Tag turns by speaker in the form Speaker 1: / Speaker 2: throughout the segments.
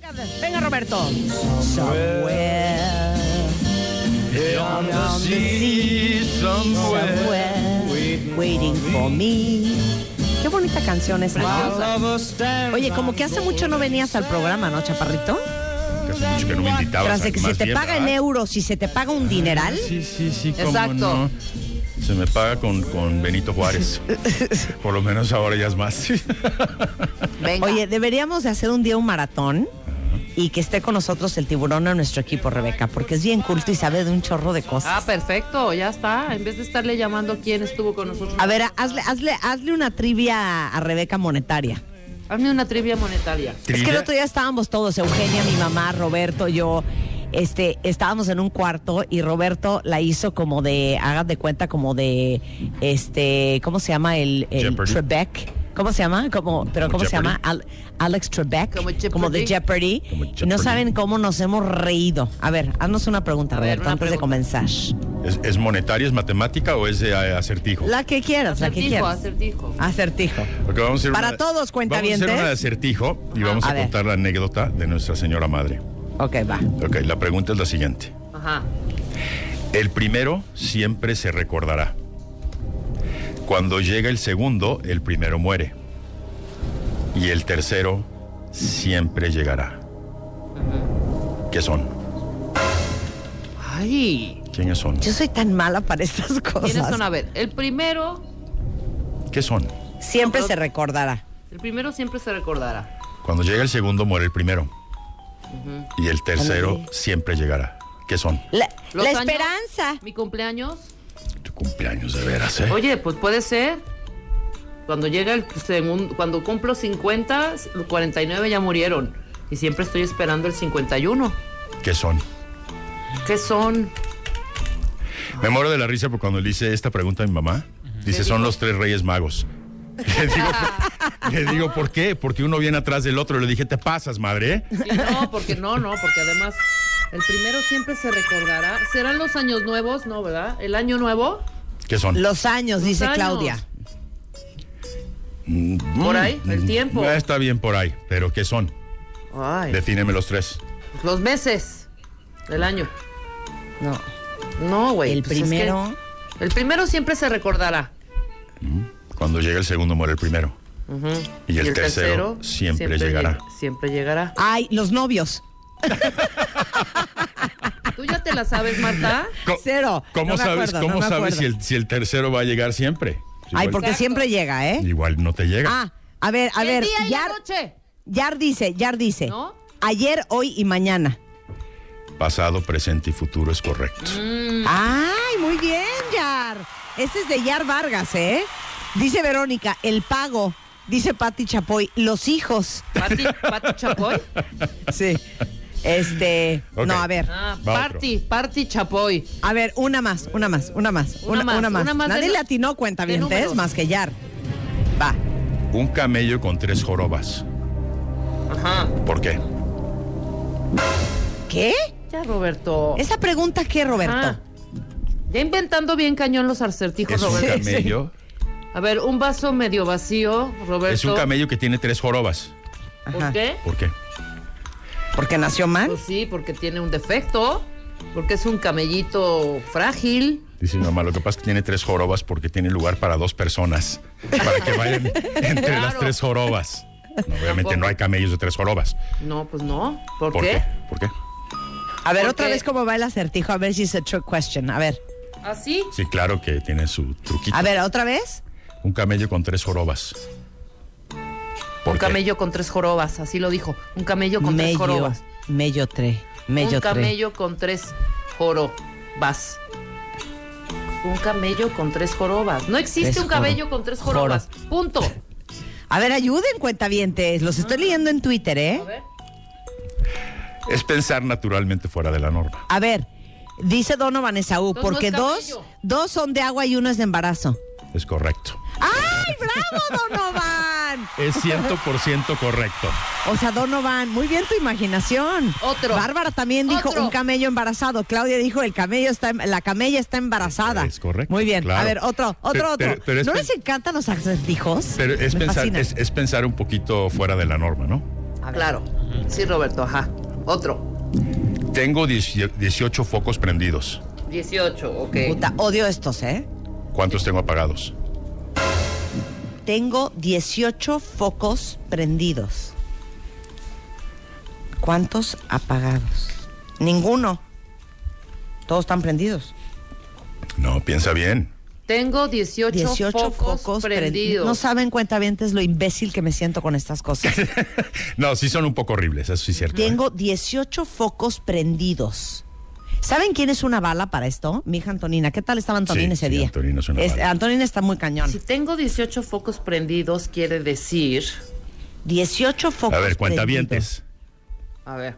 Speaker 1: Navidad. Venga, Roberto. Somewhere.
Speaker 2: Beyond the sea, somewhere.
Speaker 1: Somewhere. Waiting for me. Qué bonita canción es esta. Oye, como que hace mucho no venías al programa, ¿no, Chaparrito?
Speaker 2: Que hace mucho que no me invitabas.
Speaker 1: Tras de que se
Speaker 2: más
Speaker 1: te
Speaker 2: bien,
Speaker 1: paga en
Speaker 2: ¿verdad? Ah,
Speaker 1: euros y se te paga un dineral.
Speaker 2: Sí, sí, sí, cómo
Speaker 3: Exacto.
Speaker 2: no. Se me paga con, con Benito Juárez. Por lo menos ahora ya es más.
Speaker 3: Venga.
Speaker 1: Oye, deberíamos de hacer un día un maratón y que esté con nosotros el tiburón a nuestro equipo, Rebeca, porque es bien culto y sabe de un chorro de cosas.
Speaker 3: Ah, perfecto, ya está. En vez de estarle llamando quién estuvo con nosotros.
Speaker 1: A ver, hazle, hazle, hazle una trivia a Rebeca monetaria.
Speaker 3: Hazme una trivia monetaria.
Speaker 1: Es que el otro día estábamos todos, Eugenia, mi mamá, Roberto, yo. Este, estábamos en un cuarto y Roberto la hizo como de, hagan de cuenta, como de, este, ¿cómo se llama el, el
Speaker 2: Jeopardy.
Speaker 1: Trebek? ¿Cómo se llama? Como, pero
Speaker 2: Como
Speaker 1: ¿cómo se
Speaker 2: Jeopardy.
Speaker 1: llama? Al- Alex Trebek.
Speaker 3: Como Jeopardy.
Speaker 1: de Jeopardy.
Speaker 2: Como
Speaker 1: Y No
Speaker 2: Jeopardy.
Speaker 1: saben cómo nos hemos reído. A ver, haznos una pregunta,
Speaker 3: A ver,
Speaker 1: Roberto,
Speaker 3: una
Speaker 1: antes de
Speaker 3: pregunta.
Speaker 1: comenzar.
Speaker 2: ¿Es, es monetaria, es matemática o es de eh, acertijo?
Speaker 1: La que quieras, la que
Speaker 3: Acertijo,
Speaker 1: quieras.
Speaker 3: acertijo.
Speaker 1: Acertijo.
Speaker 2: Porque vamos a hacer
Speaker 1: Para
Speaker 2: una-
Speaker 1: todos,
Speaker 2: Vamos a hacer una de
Speaker 1: cuentavientes.
Speaker 2: acertijo y vamos a,
Speaker 1: A ver.
Speaker 2: contar la anécdota de nuestra señora madre.
Speaker 1: Ok, va.
Speaker 2: Ok, la pregunta es la siguiente.
Speaker 1: Ah.
Speaker 3: Ajá.
Speaker 2: El primero siempre se recordará. Cuando llega el segundo, el primero muere. Y el tercero siempre llegará. ¿Qué son?
Speaker 3: Ay.
Speaker 2: ¿Quiénes son?
Speaker 1: Yo soy tan mala para estas cosas.
Speaker 3: ¿Quiénes son? A ver, el primero,
Speaker 2: ¿Qué son?
Speaker 1: Siempre se recordará.
Speaker 3: el primero siempre se recordará.
Speaker 2: Cuando llega el segundo, muere el primero. Y el tercero siempre llegará. ¿Qué son?
Speaker 1: La,
Speaker 3: Los
Speaker 1: la
Speaker 3: años,
Speaker 1: esperanza.
Speaker 3: Mi cumpleaños.
Speaker 2: Tu cumpleaños de veras, ¿eh?
Speaker 3: Oye, pues puede ser. Cuando llega el segundo, cuando cumplo 50, los 49 ya murieron. Y siempre estoy esperando el 51.
Speaker 2: ¿Qué son?
Speaker 3: ¿Qué son?
Speaker 2: Me muero de la risa porque cuando le hice esta pregunta a mi mamá, dice, son los tres reyes magos. Le digo, le digo, ¿por qué? Porque uno viene atrás del otro. Le dije, te pasas, madre. ¿eh?".
Speaker 3: Sí, no, porque no, no, porque además el primero siempre se recordará. ¿Serán los años nuevos? No, ¿verdad? ¿El año nuevo?
Speaker 2: ¿Qué son?
Speaker 1: Los años, dice
Speaker 3: años.
Speaker 1: Claudia.
Speaker 3: por ahí, el tiempo.
Speaker 2: Ah, Está bien por ahí, pero ¿qué son?
Speaker 3: Ay. pues
Speaker 2: Defíneme los tres.
Speaker 3: Los meses del año.
Speaker 1: No.
Speaker 3: No, güey.
Speaker 1: el
Speaker 3: pues es que
Speaker 1: primero.
Speaker 3: el primero siempre se recordará.
Speaker 2: Cuando llega el segundo, muere el primero.
Speaker 3: Ujú.
Speaker 2: Y el tercero siempre llegará.
Speaker 3: lleg- siempre llegará.
Speaker 1: Ay, los novios.
Speaker 3: ¿Tú ya te la sabes, Marta?
Speaker 2: Co-
Speaker 1: Cero.
Speaker 2: ¿Cómo
Speaker 1: No me
Speaker 2: sabes,
Speaker 1: acuerdo,
Speaker 2: cómo
Speaker 1: no me
Speaker 2: sabes
Speaker 1: acuerdo.
Speaker 2: si el, si el tercero va a llegar siempre?
Speaker 1: Ay,
Speaker 2: Igual-
Speaker 1: porque
Speaker 3: Exacto.
Speaker 1: siempre llega, ¿eh?
Speaker 2: Igual no te llega.
Speaker 1: Ah, a ver, a
Speaker 3: El
Speaker 1: ver.
Speaker 3: día y la
Speaker 1: Yar,
Speaker 3: noche.
Speaker 1: Yar dice, Yar dice.
Speaker 3: ¿No?
Speaker 1: Ayer, hoy y mañana.
Speaker 2: Pasado, presente y futuro es correcto.
Speaker 3: Mm.
Speaker 1: Ay, muy bien, Yar. Este es de Yar Vargas, ¿eh? Dice Verónica, el pago. Dice Patti Chapoy, los hijos.
Speaker 3: Pati, Pati Chapoy.
Speaker 1: Sí. Este.
Speaker 2: Ok.
Speaker 1: No, a ver.
Speaker 3: Ah,
Speaker 2: Va otro.
Speaker 3: Party, Party Chapoy.
Speaker 1: A ver, una más, una más, una más,
Speaker 3: Una
Speaker 1: una,
Speaker 3: más,
Speaker 1: una más.
Speaker 3: una más de
Speaker 1: Nadie
Speaker 3: nu-
Speaker 1: le atinó cuenta bien,
Speaker 3: de números.
Speaker 1: más que Yar. Va. Mm.
Speaker 2: Un camello con tres jorobas.
Speaker 3: Ajá.
Speaker 2: ¿Por qué?
Speaker 1: ¿Qué?
Speaker 3: Ya, Roberto.
Speaker 1: ¿Esa pregunta qué, Roberto?
Speaker 3: Ah, ya inventando bien cañón los acertijos,
Speaker 2: Es un
Speaker 3: Roberto.
Speaker 2: camello.
Speaker 3: A ver, un vaso medio vacío, Roberto.
Speaker 2: Es un camello que tiene tres jorobas.
Speaker 1: Ajá.
Speaker 3: ¿Por qué?
Speaker 2: ¿Por qué?
Speaker 1: ¿Porque nació mal?
Speaker 3: Pues sí, porque tiene un defecto. Porque es un camellito frágil.
Speaker 2: Dice mi mamá, lo que pasa es que tiene tres jorobas porque tiene lugar para dos personas. Para que vayan entre las
Speaker 3: Claro.
Speaker 2: tres jorobas. No, obviamente
Speaker 3: Tampoco.
Speaker 2: no hay camellos de tres jorobas.
Speaker 3: No, pues no. ¿Por,
Speaker 2: ¿Por
Speaker 3: qué?
Speaker 2: qué? ¿Por qué?
Speaker 1: A ver,
Speaker 3: ¿Por
Speaker 1: otra
Speaker 3: qué?
Speaker 1: vez cómo va el acertijo, a ver si es a trick question. A ver.
Speaker 3: ¿Así?
Speaker 2: Sí, claro que tiene su truquito.
Speaker 1: A ver, otra vez.
Speaker 2: Un camello con tres jorobas. ¿Por
Speaker 3: Un
Speaker 2: qué?
Speaker 3: camello con tres jorobas, así lo dijo. Un camello con tres
Speaker 1: Mello.
Speaker 3: jorobas.
Speaker 1: Mello tre. Mello tre.
Speaker 3: un camello con tres jorobas. Un camello con tres jorobas. No existe
Speaker 1: Tres
Speaker 3: un camello
Speaker 1: joro-
Speaker 3: con tres jorobas. Punto.
Speaker 1: A ver, ayuden, cuentavientes. Los estoy leyendo en Twitter, ¿eh?
Speaker 3: Ah. A ver.
Speaker 2: Es pensar naturalmente fuera de la norma.
Speaker 1: A ver, dice Donovan Esaú,
Speaker 3: Entonces,
Speaker 1: porque
Speaker 3: no es
Speaker 1: dos,
Speaker 3: camello.
Speaker 1: dos son de agua y uno es de embarazo.
Speaker 2: Es correcto.
Speaker 1: ¡Ay, bravo, Donovan!
Speaker 2: Es 100% correcto.
Speaker 1: O sea, Donovan, muy bien tu imaginación.
Speaker 3: Otro.
Speaker 1: Bárbara también dijo
Speaker 3: Otro.
Speaker 1: un camello embarazado. Claudia dijo el camello está em- la camella está embarazada.
Speaker 2: Es correcto,
Speaker 1: Muy bien. A
Speaker 2: claro.
Speaker 1: ver, otro, otro,
Speaker 2: Pero-
Speaker 1: otro.
Speaker 2: pero- pero es
Speaker 1: ¿No
Speaker 2: pen-
Speaker 1: les encantan los acertijos?
Speaker 2: Pero es
Speaker 1: Me
Speaker 2: pensar,
Speaker 1: fascina.
Speaker 2: es, es pensar un poquito fuera de la norma, ¿no?
Speaker 3: Claro. Sí, Roberto, ajá. Otro.
Speaker 2: Tengo 10 18 focos prendidos.
Speaker 3: 18, ok.
Speaker 1: Puta, odio estos, ¿eh?
Speaker 2: ¿Cuántos tengo apagados?
Speaker 1: Tengo 18 focos prendidos. ¿Cuántos apagados? Ninguno. Todos están prendidos.
Speaker 2: No, piensa bien.
Speaker 3: Tengo 18,
Speaker 1: 18
Speaker 3: focos,
Speaker 1: focos
Speaker 3: prendidos.
Speaker 1: prendidos. No saben, cuentavientes, lo imbécil que me siento con estas cosas.
Speaker 2: No, sí son un poco horribles, eso sí es cierto. ¿eh?
Speaker 1: Tengo 18 focos prendidos. ¿Saben quién es una bala para esto? Mi hija Antonina. ¿Qué tal estaba Antonina
Speaker 2: Sí,
Speaker 1: ese
Speaker 2: sí,
Speaker 1: día? Este,
Speaker 2: Antonina es una bala.
Speaker 1: Antonina está muy cañón.
Speaker 3: Si tengo 18 focos prendidos, quiere decir.
Speaker 1: 18 focos
Speaker 2: A ver, cuentavientes.
Speaker 3: A ver.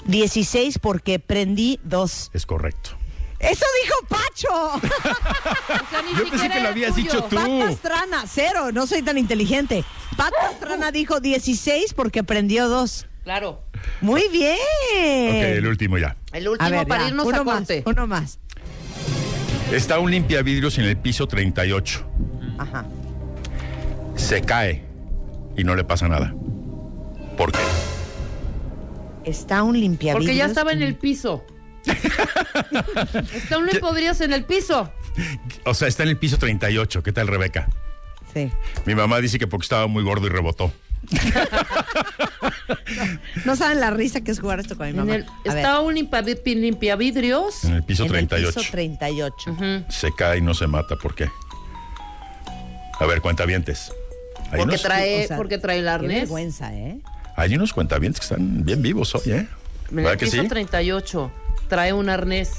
Speaker 1: prendidos. 16 porque prendí dos.
Speaker 2: Es correcto.
Speaker 1: ¡Eso dijo Pacho!
Speaker 3: O sea, ni
Speaker 2: Yo pensé que
Speaker 3: siquiera
Speaker 2: lo
Speaker 3: era
Speaker 2: habías
Speaker 3: tuyo.
Speaker 2: dicho tú.
Speaker 1: Pat Pastrana, cero, no soy tan inteligente. Pat Pastrana dijo 16 porque prendió dos.
Speaker 3: Claro.
Speaker 1: Muy bien.
Speaker 2: ok, el último ya.
Speaker 3: El último
Speaker 1: a ver,
Speaker 3: para
Speaker 1: ya,
Speaker 3: irnos
Speaker 1: uno
Speaker 3: a
Speaker 1: más,
Speaker 3: corte.
Speaker 1: uno más.
Speaker 2: Está un limpiavidrios en el piso 38.
Speaker 1: Ajá.
Speaker 2: Se cae y no le pasa nada. ¿Por qué?
Speaker 1: Está un limpiavidrios.
Speaker 3: Porque ya estaba en el piso. Está un Luis podrías en el piso.
Speaker 2: O sea, está en el piso 38. ¿Qué tal, Rebeca?
Speaker 1: Sí.
Speaker 2: Mi mamá dice que porque estaba muy gordo y rebotó.
Speaker 1: No saben la risa que es jugar esto con mi
Speaker 3: En
Speaker 1: mamá.
Speaker 3: el-
Speaker 1: A ver,
Speaker 3: estaba un limpiavi- pi- limpiavidrios.
Speaker 2: En el piso
Speaker 1: en el
Speaker 2: 38.
Speaker 1: piso 38.
Speaker 2: Se cae y no se mata. ¿Por qué? A ver, cuentavientes. Hay
Speaker 3: Porque
Speaker 2: unos,
Speaker 3: trae,
Speaker 1: O sea,
Speaker 3: porque trae el
Speaker 1: Qué
Speaker 3: arnés. En
Speaker 1: vergüenza, ¿eh?
Speaker 2: hay unos cuentavientes que están bien vivos hoy, ¿eh?
Speaker 3: el
Speaker 2: ¿Verdad que
Speaker 3: piso
Speaker 2: sí?
Speaker 3: 38 trae un arnés.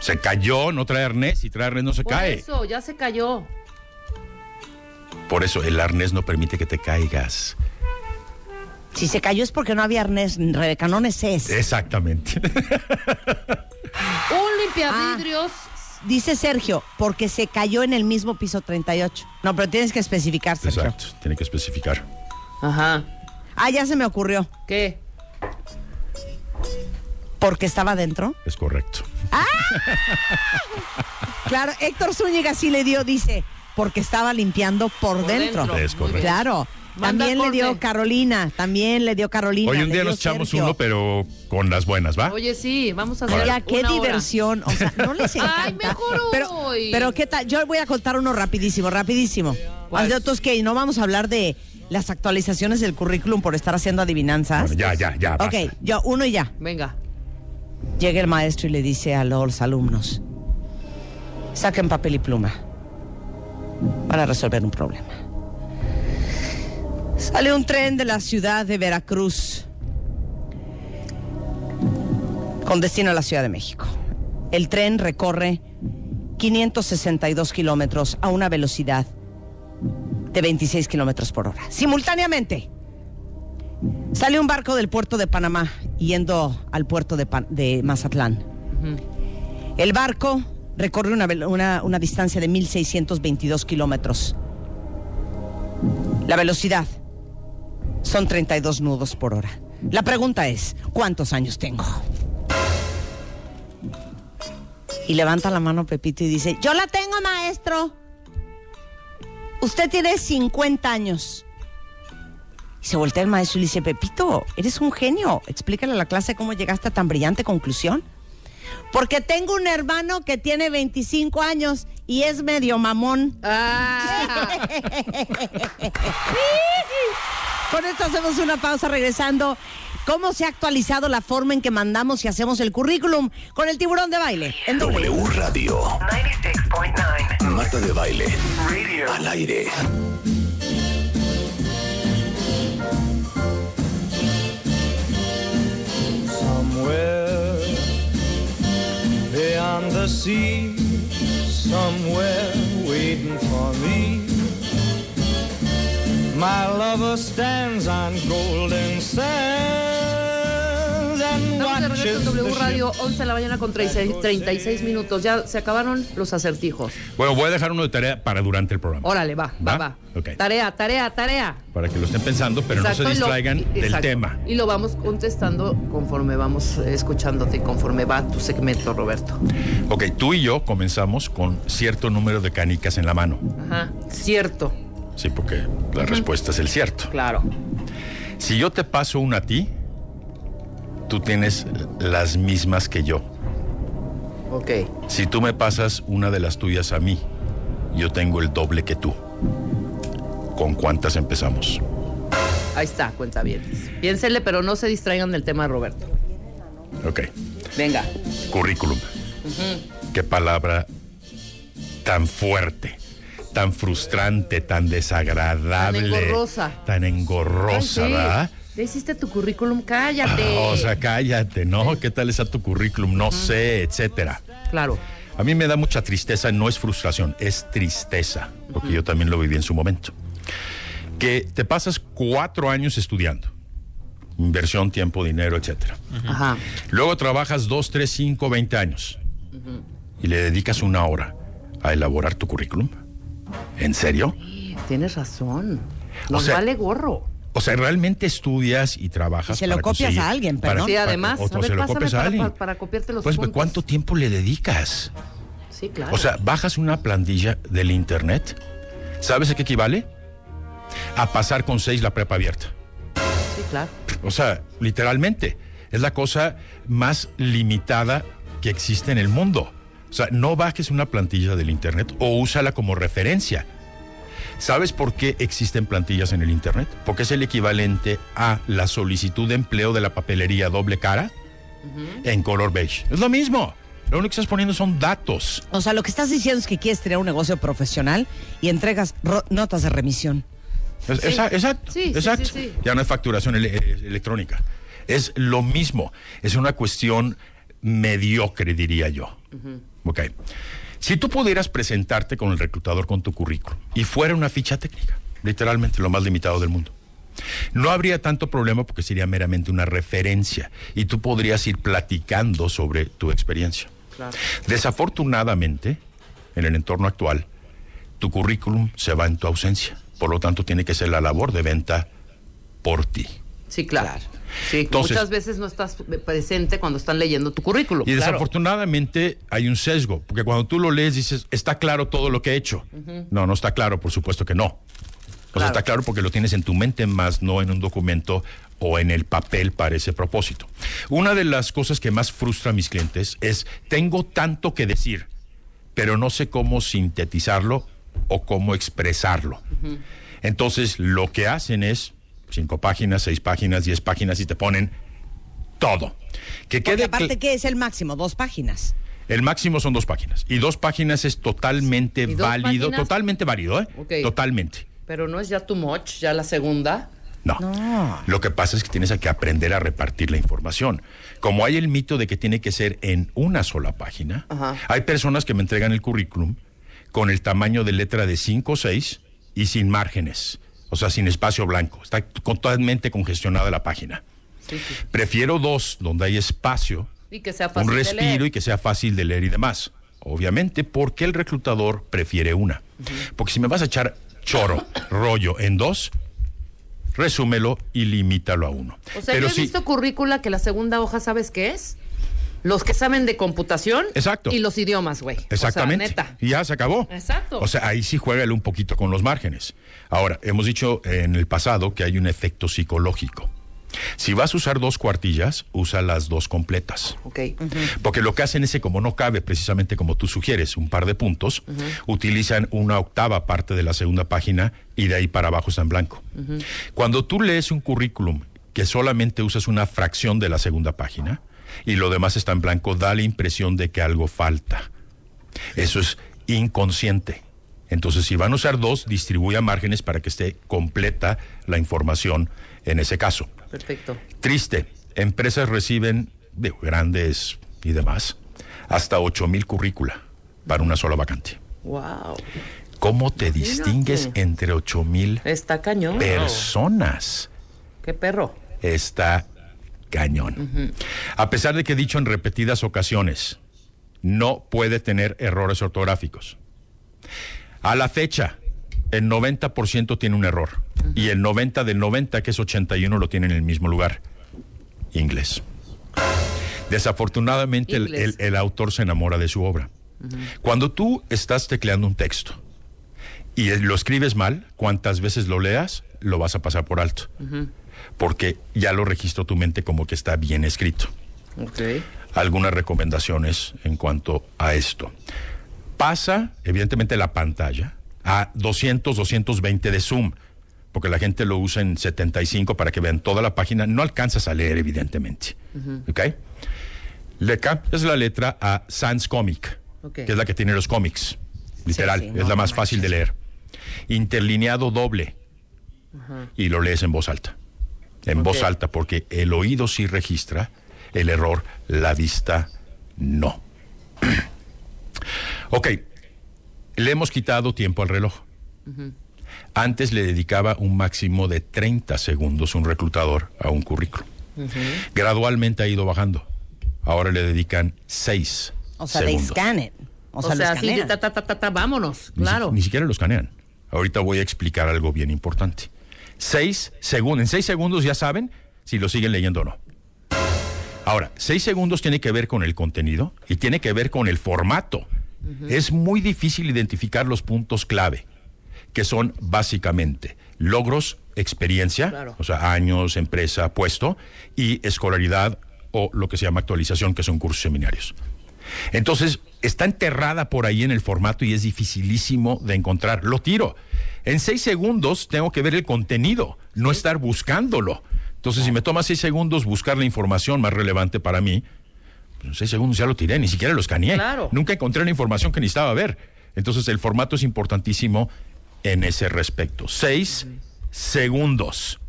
Speaker 2: Se cayó, no trae arnés. Si trae arnés, no se
Speaker 3: Por
Speaker 2: cae.
Speaker 3: eso, ya se cayó.
Speaker 2: Por eso el arnés no permite que te caigas.
Speaker 1: Si se cayó es porque no había arnés, Rebeca, no neces.
Speaker 2: Exactamente.
Speaker 3: Un limpiavidrios.
Speaker 1: Dice Sergio, porque se cayó en el mismo piso 38. No, pero tienes que especificar, Sergio.
Speaker 2: Exacto. Tiene que especificar.
Speaker 3: Ajá.
Speaker 1: Ah, ya se me ocurrió.
Speaker 3: ¿Qué?
Speaker 1: Porque estaba adentro.
Speaker 2: Es correcto.
Speaker 1: Claro, Héctor Zúñiga sí le dio, dice, porque estaba limpiando por,
Speaker 3: Por
Speaker 1: dentro.
Speaker 3: dentro.
Speaker 2: Es
Speaker 3: Muy bien.
Speaker 2: correcto.
Speaker 1: Claro.
Speaker 3: Manda
Speaker 1: también le dio
Speaker 3: corte.
Speaker 1: Carolina, también le dio Carolina.
Speaker 2: Hoy
Speaker 1: le
Speaker 2: un día
Speaker 1: dio
Speaker 2: nos echamos
Speaker 1: Sergio.
Speaker 2: uno, pero con las buenas, ¿va?
Speaker 3: Oye, sí, vamos a hacer.
Speaker 1: Mira, qué
Speaker 3: una hora.
Speaker 1: diversión. O sea, no les
Speaker 3: Ay,
Speaker 1: encanta.
Speaker 3: mejor
Speaker 1: pero,
Speaker 3: hoy.
Speaker 1: pero qué tal, yo voy a contar uno rapidísimo, rapidísimo.
Speaker 3: ¿Cuál?
Speaker 1: Haz de otros que no vamos a hablar de las actualizaciones del currículum por estar haciendo adivinanzas.
Speaker 2: Bueno, ya,
Speaker 3: pues.
Speaker 2: ya, ya.
Speaker 1: ok,
Speaker 2: basta.
Speaker 1: yo, uno y ya.
Speaker 3: Venga.
Speaker 1: Llega el maestro y le dice a los alumnos, saquen papel y pluma. Van a resolver un problema. Sale un tren de la ciudad de Veracruz con destino a la Ciudad de México. El tren recorre 562 kilómetros a una velocidad de 26 kilómetros por hora. Simultáneamente. Sale un barco del puerto de Panamá yendo al puerto de, Pan- de Mazatlán. El barco recorre una, velo- una- una distancia de 1.622 kilómetros. La velocidad son 32 nudos por hora. La pregunta es, ¿cuántos años tengo? Y levanta la mano Pepito y dice, yo la tengo, maestro. Usted tiene 50 años. Y se voltea el maestro y le dice, Pepito, eres un genio. Explícale a la clase cómo llegaste a tan brillante conclusión. Porque tengo un hermano que tiene 25 años y es medio mamón.
Speaker 3: Ah.
Speaker 1: Con esto hacemos una pausa regresando. ¿Cómo se ha actualizado la forma en que mandamos y hacemos el currículum con el tiburón de baile? En doble.
Speaker 4: W Radio.
Speaker 5: 96.9.
Speaker 4: Marta de baile. Al aire.
Speaker 6: Somewhere beyond the sea, somewhere waiting for me. My lover stands on golden sands and
Speaker 3: Estamos de regreso
Speaker 6: watches
Speaker 3: en
Speaker 6: the
Speaker 3: W
Speaker 6: ship.
Speaker 3: Radio, 11 de la mañana con 36, 36 minutos. Ya se acabaron los acertijos.
Speaker 2: Bueno, voy a dejar uno de tarea para durante el programa.
Speaker 3: Órale, va, va,
Speaker 2: ¿Va?
Speaker 3: va.
Speaker 2: Ok.
Speaker 3: Tarea, tarea, tarea.
Speaker 2: Para que lo estén pensando, pero no se
Speaker 3: y lo-
Speaker 2: distraigan
Speaker 3: y-
Speaker 2: del
Speaker 3: exacto.
Speaker 2: tema.
Speaker 3: Y lo vamos contestando conforme vamos eh, escuchándote, conforme va tu segmento, Roberto.
Speaker 2: Ok, tú y yo comenzamos con cierto número de canicas en la mano.
Speaker 3: Ajá, cierto.
Speaker 2: Sí, porque la respuesta es el cierto.
Speaker 3: Claro.
Speaker 2: Si yo te paso una a ti, tú tienes las mismas que yo.
Speaker 3: Ok.
Speaker 2: Si tú me pasas una de las tuyas a mí, yo tengo el doble que tú. ¿Con cuántas empezamos?
Speaker 3: Ahí está, cuenta bien. Piénsenle, pero no se distraigan del tema de Roberto.
Speaker 2: Ok.
Speaker 3: Venga.
Speaker 2: Currículum. Qué palabra tan fuerte, tan frustrante, tan desagradable.
Speaker 3: Tan engorrosa.
Speaker 2: Tan
Speaker 3: Ay,
Speaker 2: engorrosa,
Speaker 3: sí.
Speaker 2: ¿verdad? Ah,
Speaker 3: Ya hiciste tu currículum, cállate.
Speaker 2: O sea, cállate, ¿no? ¿Qué tal está tu currículum? No sé, etcétera.
Speaker 3: claro.
Speaker 2: A mí me da mucha tristeza, no es frustración, es tristeza, porque yo también lo viví en su momento. Que te pasas cuatro años estudiando. Inversión, tiempo, dinero, etcétera.
Speaker 3: Ajá.
Speaker 2: Luego trabajas dos, tres, cinco, 20 años. Y le dedicas una hora a elaborar tu currículum. ¿En serio?
Speaker 3: Tienes razón.
Speaker 2: O
Speaker 3: Nos
Speaker 2: sea,
Speaker 3: vale gorro.
Speaker 2: O sea, realmente estudias y trabajas.
Speaker 1: Y se lo
Speaker 2: para
Speaker 1: copias
Speaker 2: conseguir-
Speaker 1: a alguien,
Speaker 2: para-
Speaker 1: perdón.
Speaker 3: Sí, además,
Speaker 2: para- o-
Speaker 3: a
Speaker 2: o
Speaker 3: ver,
Speaker 2: se lo
Speaker 3: pásame
Speaker 2: copias a
Speaker 3: para-
Speaker 2: alguien.
Speaker 3: para- para copiarte los
Speaker 2: Pues,
Speaker 3: puntos.
Speaker 2: ¿cuánto tiempo le dedicas?
Speaker 3: Sí, claro.
Speaker 2: O sea, bajas una plantilla del internet. ¿Sabes a qué equivale? A pasar con seis la prepa abierta.
Speaker 3: sí, claro.
Speaker 2: O sea, literalmente. Es la cosa más limitada que existe en el mundo. O sea, no bajes una plantilla del internet o úsala como referencia. ¿Sabes por qué existen plantillas en el internet? Porque es el equivalente a la solicitud de empleo de la papelería doble cara en color beige. Es lo mismo. Lo único que estás poniendo son datos.
Speaker 1: O sea, lo que estás diciendo es que quieres tener un negocio profesional y entregas ro- notas de remisión.
Speaker 2: Es-
Speaker 3: Sí.
Speaker 2: esa- Exacto.
Speaker 3: Sí, sí,
Speaker 2: exacto.
Speaker 3: sí, sí.
Speaker 2: Ya no es facturación ele- eh, electrónica. Es lo mismo. Es una cuestión mediocre, diría yo. Ok. Si tú pudieras presentarte con el reclutador con tu currículum y fuera una ficha técnica, literalmente lo más limitado del mundo. No habría tanto problema porque sería meramente una referencia y tú podrías ir platicando sobre tu experiencia.
Speaker 3: Claro.
Speaker 2: Desafortunadamente, en el entorno actual, tu currículum se va en tu ausencia. Por lo tanto, tiene que ser la labor de venta por ti.
Speaker 3: Sí, claro. Sí,
Speaker 2: Entonces-
Speaker 3: muchas veces no estás presente cuando están leyendo tu currículum.
Speaker 2: Y
Speaker 3: claro.
Speaker 2: desafortunadamente hay un sesgo, porque cuando tú lo lees dices, está claro todo lo que he hecho. No, no está claro, por supuesto que no. O sea,
Speaker 3: Claro.
Speaker 2: está claro porque lo tienes en tu mente más, no en un documento o en el papel para ese propósito. Una de las cosas que más frustra a mis clientes es, tengo tanto que decir, pero no sé cómo sintetizarlo o cómo expresarlo. Entonces, lo que hacen es cinco páginas, seis páginas, diez páginas y te ponen todo.
Speaker 1: Porque
Speaker 2: Que quede
Speaker 1: aparte,
Speaker 2: cl-
Speaker 1: ¿qué es el máximo? Dos páginas.
Speaker 2: el máximo son dos páginas. Y dos páginas es totalmente
Speaker 3: ¿Y dos
Speaker 2: válido.
Speaker 3: páginas?
Speaker 2: Totalmente válido, ¿eh?
Speaker 3: Ok.
Speaker 2: Totalmente.
Speaker 3: Pero no es ya too much, ya la segunda.
Speaker 2: No. Lo que pasa es que tienes que aprender a repartir la información. Como hay el mito de que tiene que ser en una sola página,
Speaker 3: Ajá.
Speaker 2: hay personas que me entregan el currículum con el tamaño de letra de 5 o 6 y sin márgenes. O sea, sin espacio blanco. Está totalmente congestionada la página.
Speaker 3: Sí, sí.
Speaker 2: Prefiero dos, donde hay espacio
Speaker 3: Y que sea fácil
Speaker 2: un
Speaker 3: de leer.
Speaker 2: respiro y que sea fácil de leer y demás. Obviamente, porque el reclutador prefiere una. Porque si me vas a echar choro, rollo en dos, resúmelo y limítalo a uno.
Speaker 3: O sea,
Speaker 2: Pero
Speaker 3: yo he
Speaker 2: sí,
Speaker 3: visto currícula que la segunda hoja, ¿sabes qué es? Los que saben de computación
Speaker 2: Exacto.
Speaker 3: y los idiomas, güey. O sea,
Speaker 2: exactamente.
Speaker 3: neta.
Speaker 2: Y ya se acabó.
Speaker 3: Exacto.
Speaker 2: O sea, ahí sí juégale un poquito con los márgenes. Ahora, hemos dicho en el pasado que hay un efecto psicológico. Si vas a usar dos cuartillas, usa las dos completas.
Speaker 3: Ok.
Speaker 2: Porque lo que hacen es que como no cabe precisamente como tú sugieres un par de puntos, utilizan una octava parte de la segunda página y de ahí para abajo está en blanco. Cuando tú lees un currículum que solamente usas una fracción de la segunda página y lo demás está en blanco, da la impresión de que algo falta. Eso es inconsciente. Entonces, si van a usar dos, distribuya márgenes para que esté completa la información en ese caso
Speaker 3: Perfecto.
Speaker 2: triste. Empresas reciben, de grandes y demás, hasta 8000 currícula para una sola vacante.
Speaker 3: Wow.
Speaker 2: ¿Cómo te distingues entre 8000
Speaker 3: Está cañón.
Speaker 2: personas?
Speaker 3: Qué perro.
Speaker 2: Está cañón. A pesar de que he dicho en repetidas ocasiones, no puede tener errores ortográficos. A la fecha, el 90% tiene un error y el 90 del 90, que es 81, lo tiene en el mismo lugar. Inglés. Desafortunadamente, el,
Speaker 3: Inglés.
Speaker 2: el- el autor se enamora de su obra. Cuando tú estás tecleando un texto y eh, lo escribes mal, cuantas veces lo leas, lo vas a pasar por alto. Porque ya lo registró tu mente como que está bien escrito.
Speaker 3: Ok.
Speaker 2: Algunas recomendaciones en cuanto a esto. Pasa, evidentemente, la pantalla a 200, 220 de zoom. Porque la gente lo usa en 75 para que vean toda la página. No alcanzas a leer, evidentemente. ¿Ok? Le cambias la letra a Sans Comic,
Speaker 3: Ok.
Speaker 2: que es la que tiene los cómics. Literal,
Speaker 1: sí,
Speaker 2: es
Speaker 1: no,
Speaker 2: la
Speaker 1: no
Speaker 2: más fácil de leer. Interlineado doble. Y lo lees en voz alta. En voz
Speaker 3: Ok.
Speaker 2: alta, porque el oído sí registra el error, la vista no. ok, le hemos quitado tiempo al reloj. Antes le dedicaba un máximo de 30 segundos un reclutador a un currículum. Gradualmente ha ido bajando. Ahora le dedican 6
Speaker 1: O sea,
Speaker 2: segundos.
Speaker 1: they scan it. O
Speaker 3: O
Speaker 1: sea,
Speaker 3: sea,
Speaker 1: lo
Speaker 3: así,
Speaker 1: escanean.
Speaker 3: ta, ta, ta, ta, ta, vámonos,
Speaker 2: Ni si-
Speaker 3: claro.
Speaker 2: Ni, siquiera lo escanean. Ahorita voy a explicar algo bien importante. Seis segundos. En seis segundos ya saben si lo siguen leyendo o no. Ahora, seis segundos tiene que ver con el contenido y tiene que ver con el formato. Es muy difícil identificar los puntos clave, que son básicamente logros, experiencia,
Speaker 3: Claro.
Speaker 2: o sea, años, empresa, puesto, y escolaridad o lo que se llama actualización, que son cursos seminarios. Entonces, está enterrada por ahí en el formato y es dificilísimo de encontrar. Lo tiro. En seis segundos tengo que ver el contenido, no estar buscándolo. Entonces, si me toma seis segundos buscar la información más relevante para mí, pues en seis segundos ya lo tiré, ni siquiera lo escaneé.
Speaker 3: Claro.
Speaker 2: Nunca encontré la información que necesitaba ver. Entonces, el formato es importantísimo en ese respecto. Seis segundos.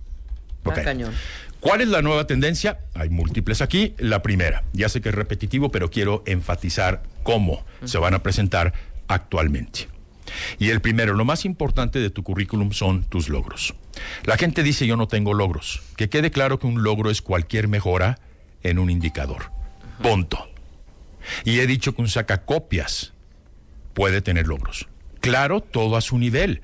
Speaker 3: Está
Speaker 2: Ok.
Speaker 3: Ah, cañón.
Speaker 2: ¿Cuál es la nueva tendencia? Hay múltiples aquí. La primera, ya sé que es repetitivo, pero quiero enfatizar cómo se van a presentar actualmente. Y el primero, lo más importante de tu currículum son tus logros. La gente dice yo no tengo logros. Que quede claro que un logro es cualquier mejora en un indicador. Punto. Y he dicho que un sacacopias puede tener logros. Claro, todo a su nivel.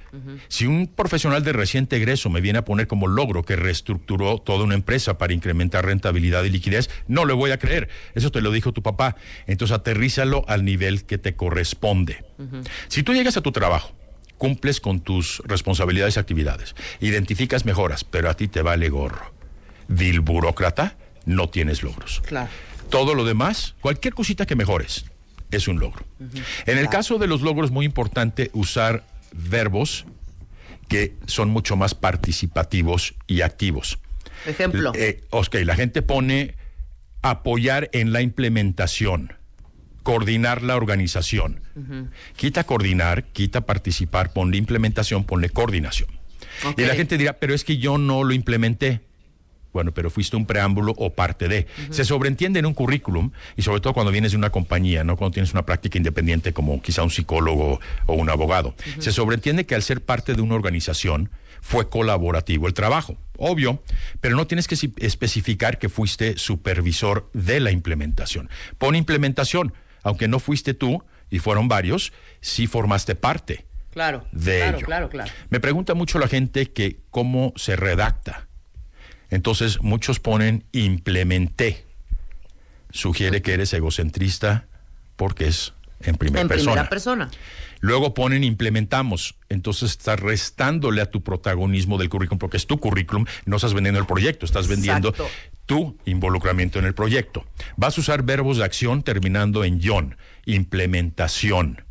Speaker 2: Si un profesional de reciente egreso me viene a poner como logro que reestructuró toda una empresa para incrementar rentabilidad y liquidez, no le voy a creer. Eso te lo dijo tu papá. Entonces aterrízalo al nivel que te corresponde. Si tú llegas a tu trabajo, cumples con tus responsabilidades y actividades, identificas mejoras, pero a ti te vale gorro. Vil burócrata, no tienes logros.
Speaker 3: Claro.
Speaker 2: Todo lo demás, cualquier cosita que mejores, es un logro. En el caso de los logros, muy importante usar verbos que son mucho más participativos y activos.
Speaker 3: Ejemplo.
Speaker 2: Eh, ok, la gente pone apoyar en la implementación, coordinar la organización. Quita coordinar, quita participar, ponle implementación, ponle coordinación.
Speaker 3: Ok.
Speaker 2: Y la gente dirá, pero es que yo no lo implementé. Bueno, pero fuiste un preámbulo o parte de. Se sobreentiende en un currículum y sobre todo cuando vienes de una compañía, no cuando tienes una práctica independiente como quizá un psicólogo o un abogado. Se sobreentiende que al ser parte de una organización fue colaborativo el trabajo, obvio, pero no tienes que si- especificar que fuiste supervisor de la implementación. Pon implementación, aunque no fuiste tú y fueron varios, sí formaste parte
Speaker 3: claro.
Speaker 2: de
Speaker 3: claro,
Speaker 2: ello.
Speaker 3: claro, claro.
Speaker 2: Me pregunta mucho la gente que cómo se redacta. Entonces muchos ponen implementé. Sugiere que eres egocentrista porque es en primera,
Speaker 3: En
Speaker 2: persona.
Speaker 3: primera persona.
Speaker 2: Luego ponen implementamos. Entonces estás restándole a tu protagonismo del currículum porque es tu currículum. No estás vendiendo el proyecto, estás vendiendo
Speaker 3: Exacto.
Speaker 2: tu involucramiento en el proyecto. Vas a usar verbos de acción terminando en yon. Implementación.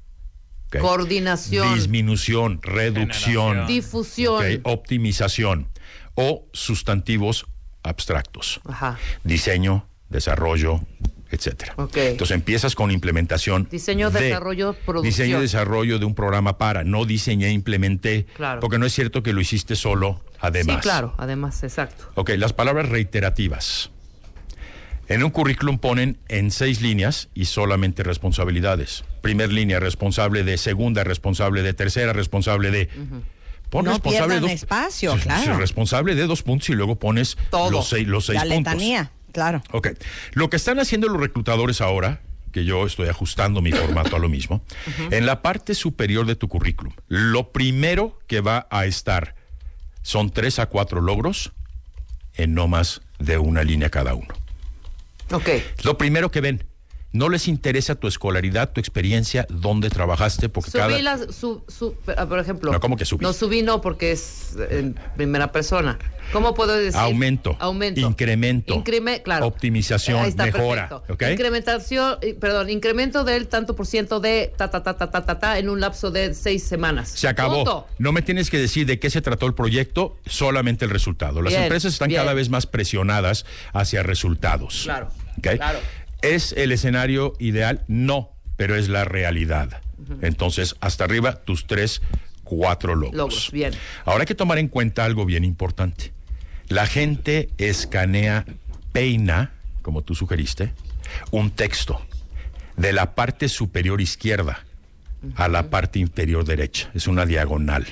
Speaker 2: ¿ok?
Speaker 3: Coordinación.
Speaker 2: Disminución, reducción,
Speaker 3: Difusión.
Speaker 2: ok, optimización o sustantivos abstractos.
Speaker 3: Ajá.
Speaker 2: Diseño, desarrollo, etcétera.
Speaker 3: Ok.
Speaker 2: Entonces empiezas con implementación.
Speaker 3: Diseño,
Speaker 2: de-
Speaker 3: desarrollo, producción.
Speaker 2: Diseño, desarrollo de un programa para. No diseñé, implementé.
Speaker 3: Claro.
Speaker 2: Porque no es cierto que lo hiciste solo, además.
Speaker 3: Sí, claro, además, exacto.
Speaker 2: Ok, las palabras reiterativas. En un currículum ponen en seis líneas y solamente responsabilidades. Primer línea, responsable de, segunda, responsable de, tercera, responsable de. Pon
Speaker 1: No
Speaker 2: responsable de
Speaker 1: pierdan espacio,
Speaker 2: Sí,
Speaker 1: claro.
Speaker 2: sí, Responsable de dos puntos y luego pones
Speaker 3: Todo.
Speaker 2: los seis, los seis
Speaker 1: La
Speaker 2: puntos.
Speaker 1: letanía, claro.
Speaker 2: Ok. Lo que están haciendo los reclutadores ahora, que yo estoy ajustando mi formato a lo mismo, en la parte superior de tu currículum, lo primero que va a estar son tres a cuatro logros en no más de una línea cada uno.
Speaker 3: Ok.
Speaker 2: Lo primero que ven. No les interesa tu escolaridad, tu experiencia, dónde trabajaste, porque cada...
Speaker 3: Subí las, su- su- ah, por ejemplo.
Speaker 2: No, ¿cómo que subí?
Speaker 3: No subí, no, porque es en primera persona. ¿Cómo puedo decir?
Speaker 2: Aumento,
Speaker 3: Aumento.
Speaker 2: incremento,
Speaker 3: Increme- claro.
Speaker 2: optimización,
Speaker 3: Ahí está,
Speaker 2: mejora,
Speaker 3: perfecto.
Speaker 2: ¿ok?
Speaker 3: Incrementación, eh, perdón, incremento del tanto por ciento de ta, ta, ta, ta, ta, ta, ta, en un lapso de seis semanas.
Speaker 2: Se acabó.
Speaker 3: Punto.
Speaker 2: No me tienes que decir de qué se trató el proyecto, solamente el resultado. Las
Speaker 3: Bien,
Speaker 2: empresas están
Speaker 3: bien.
Speaker 2: cada vez más presionadas hacia resultados.
Speaker 3: Claro,
Speaker 2: ¿Ok?
Speaker 3: claro.
Speaker 2: ¿Es el escenario ideal? No, pero es la realidad. Entonces, hasta arriba, tus tres, cuatro logros.
Speaker 3: Logros, bien.
Speaker 2: Ahora hay que tomar en cuenta algo bien importante. La gente escanea, peina, como tú sugeriste, un texto de la parte superior izquierda a la parte inferior derecha. Es una diagonal.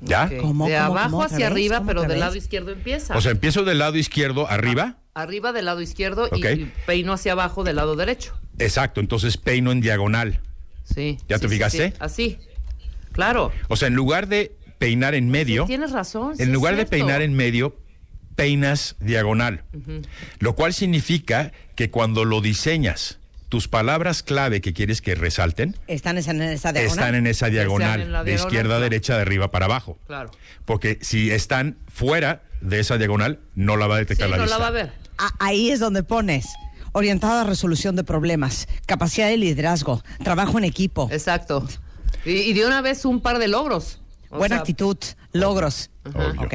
Speaker 2: ¿Ya?
Speaker 3: Ok.
Speaker 1: ¿Cómo,
Speaker 3: de
Speaker 1: cómo,
Speaker 3: abajo
Speaker 1: cómo, otra
Speaker 3: hacia
Speaker 1: vez?
Speaker 3: arriba,
Speaker 1: ¿Cómo
Speaker 3: pero
Speaker 1: otra
Speaker 3: del
Speaker 1: vez?
Speaker 3: lado izquierdo empieza.
Speaker 2: O sea, empiezo del lado izquierdo arriba.
Speaker 3: arriba del lado izquierdo
Speaker 2: Ok.
Speaker 3: y peino hacia abajo del lado derecho.
Speaker 2: Exacto, entonces peino en diagonal.
Speaker 3: Sí.
Speaker 2: ¿Ya
Speaker 3: sí,
Speaker 2: te
Speaker 3: sí,
Speaker 2: fijaste?
Speaker 3: sí. Así. Claro.
Speaker 2: O sea, en lugar de peinar en medio,
Speaker 3: Tienes razón. sí
Speaker 2: en
Speaker 3: es
Speaker 2: lugar
Speaker 3: cierto.
Speaker 2: de peinar en medio, peinas diagonal. Lo cual significa que cuando lo diseñas, tus palabras clave que quieres que resalten
Speaker 1: Están en esa diagonal.
Speaker 2: están en esa diagonal,
Speaker 3: en la
Speaker 2: de
Speaker 3: diagonal,
Speaker 2: izquierda a
Speaker 3: claro.
Speaker 2: derecha, de arriba para abajo.
Speaker 3: Claro.
Speaker 2: Porque si están fuera de esa diagonal, no la va a
Speaker 3: Sí,
Speaker 2: detectar la
Speaker 3: no la
Speaker 2: lista.
Speaker 3: va a ver.
Speaker 1: A- ahí es donde pones orientada a resolución de problemas, capacidad de liderazgo, trabajo en equipo,
Speaker 3: Exacto. Y, y de una vez un par de logros. O
Speaker 1: buena
Speaker 3: sea,
Speaker 1: actitud, logros.
Speaker 2: Obvio.
Speaker 1: Ok.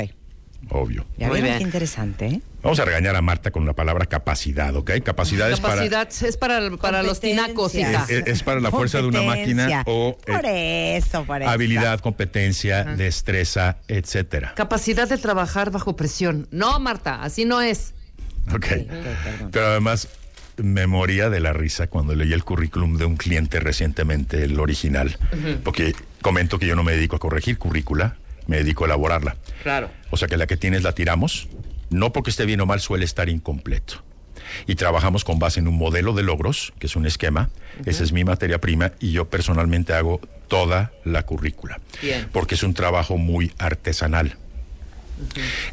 Speaker 2: Obvio.
Speaker 1: Ya
Speaker 3: Muy
Speaker 1: vieron
Speaker 3: bien.
Speaker 1: qué interesante, ¿eh?
Speaker 2: Vamos a regañar a Marta con la palabra capacidad, ¿ok? Capacidades
Speaker 3: Capacidad es para, para los tinacos, hija.
Speaker 2: Es- es- para la fuerza de una
Speaker 1: Competencia.
Speaker 2: máquina o, eh,
Speaker 1: Por eso, por eso.
Speaker 2: para habilidad, competencia, destreza, etcétera.
Speaker 3: Capacidad de trabajar bajo presión. No, Marta, así no es.
Speaker 2: Ok. Pero además me moría de la risa cuando leí el currículum de un cliente recientemente, el original, porque comento que yo no me dedico a corregir currícula, me dedico a elaborarla.
Speaker 3: Claro.
Speaker 2: O sea que la que tienes la tiramos, no porque esté bien o mal, suele estar incompleto. Y trabajamos con base en un modelo de logros, que es un esquema, esa es mi materia prima y yo personalmente hago toda la currícula,
Speaker 3: Bien.
Speaker 2: porque es un trabajo muy artesanal.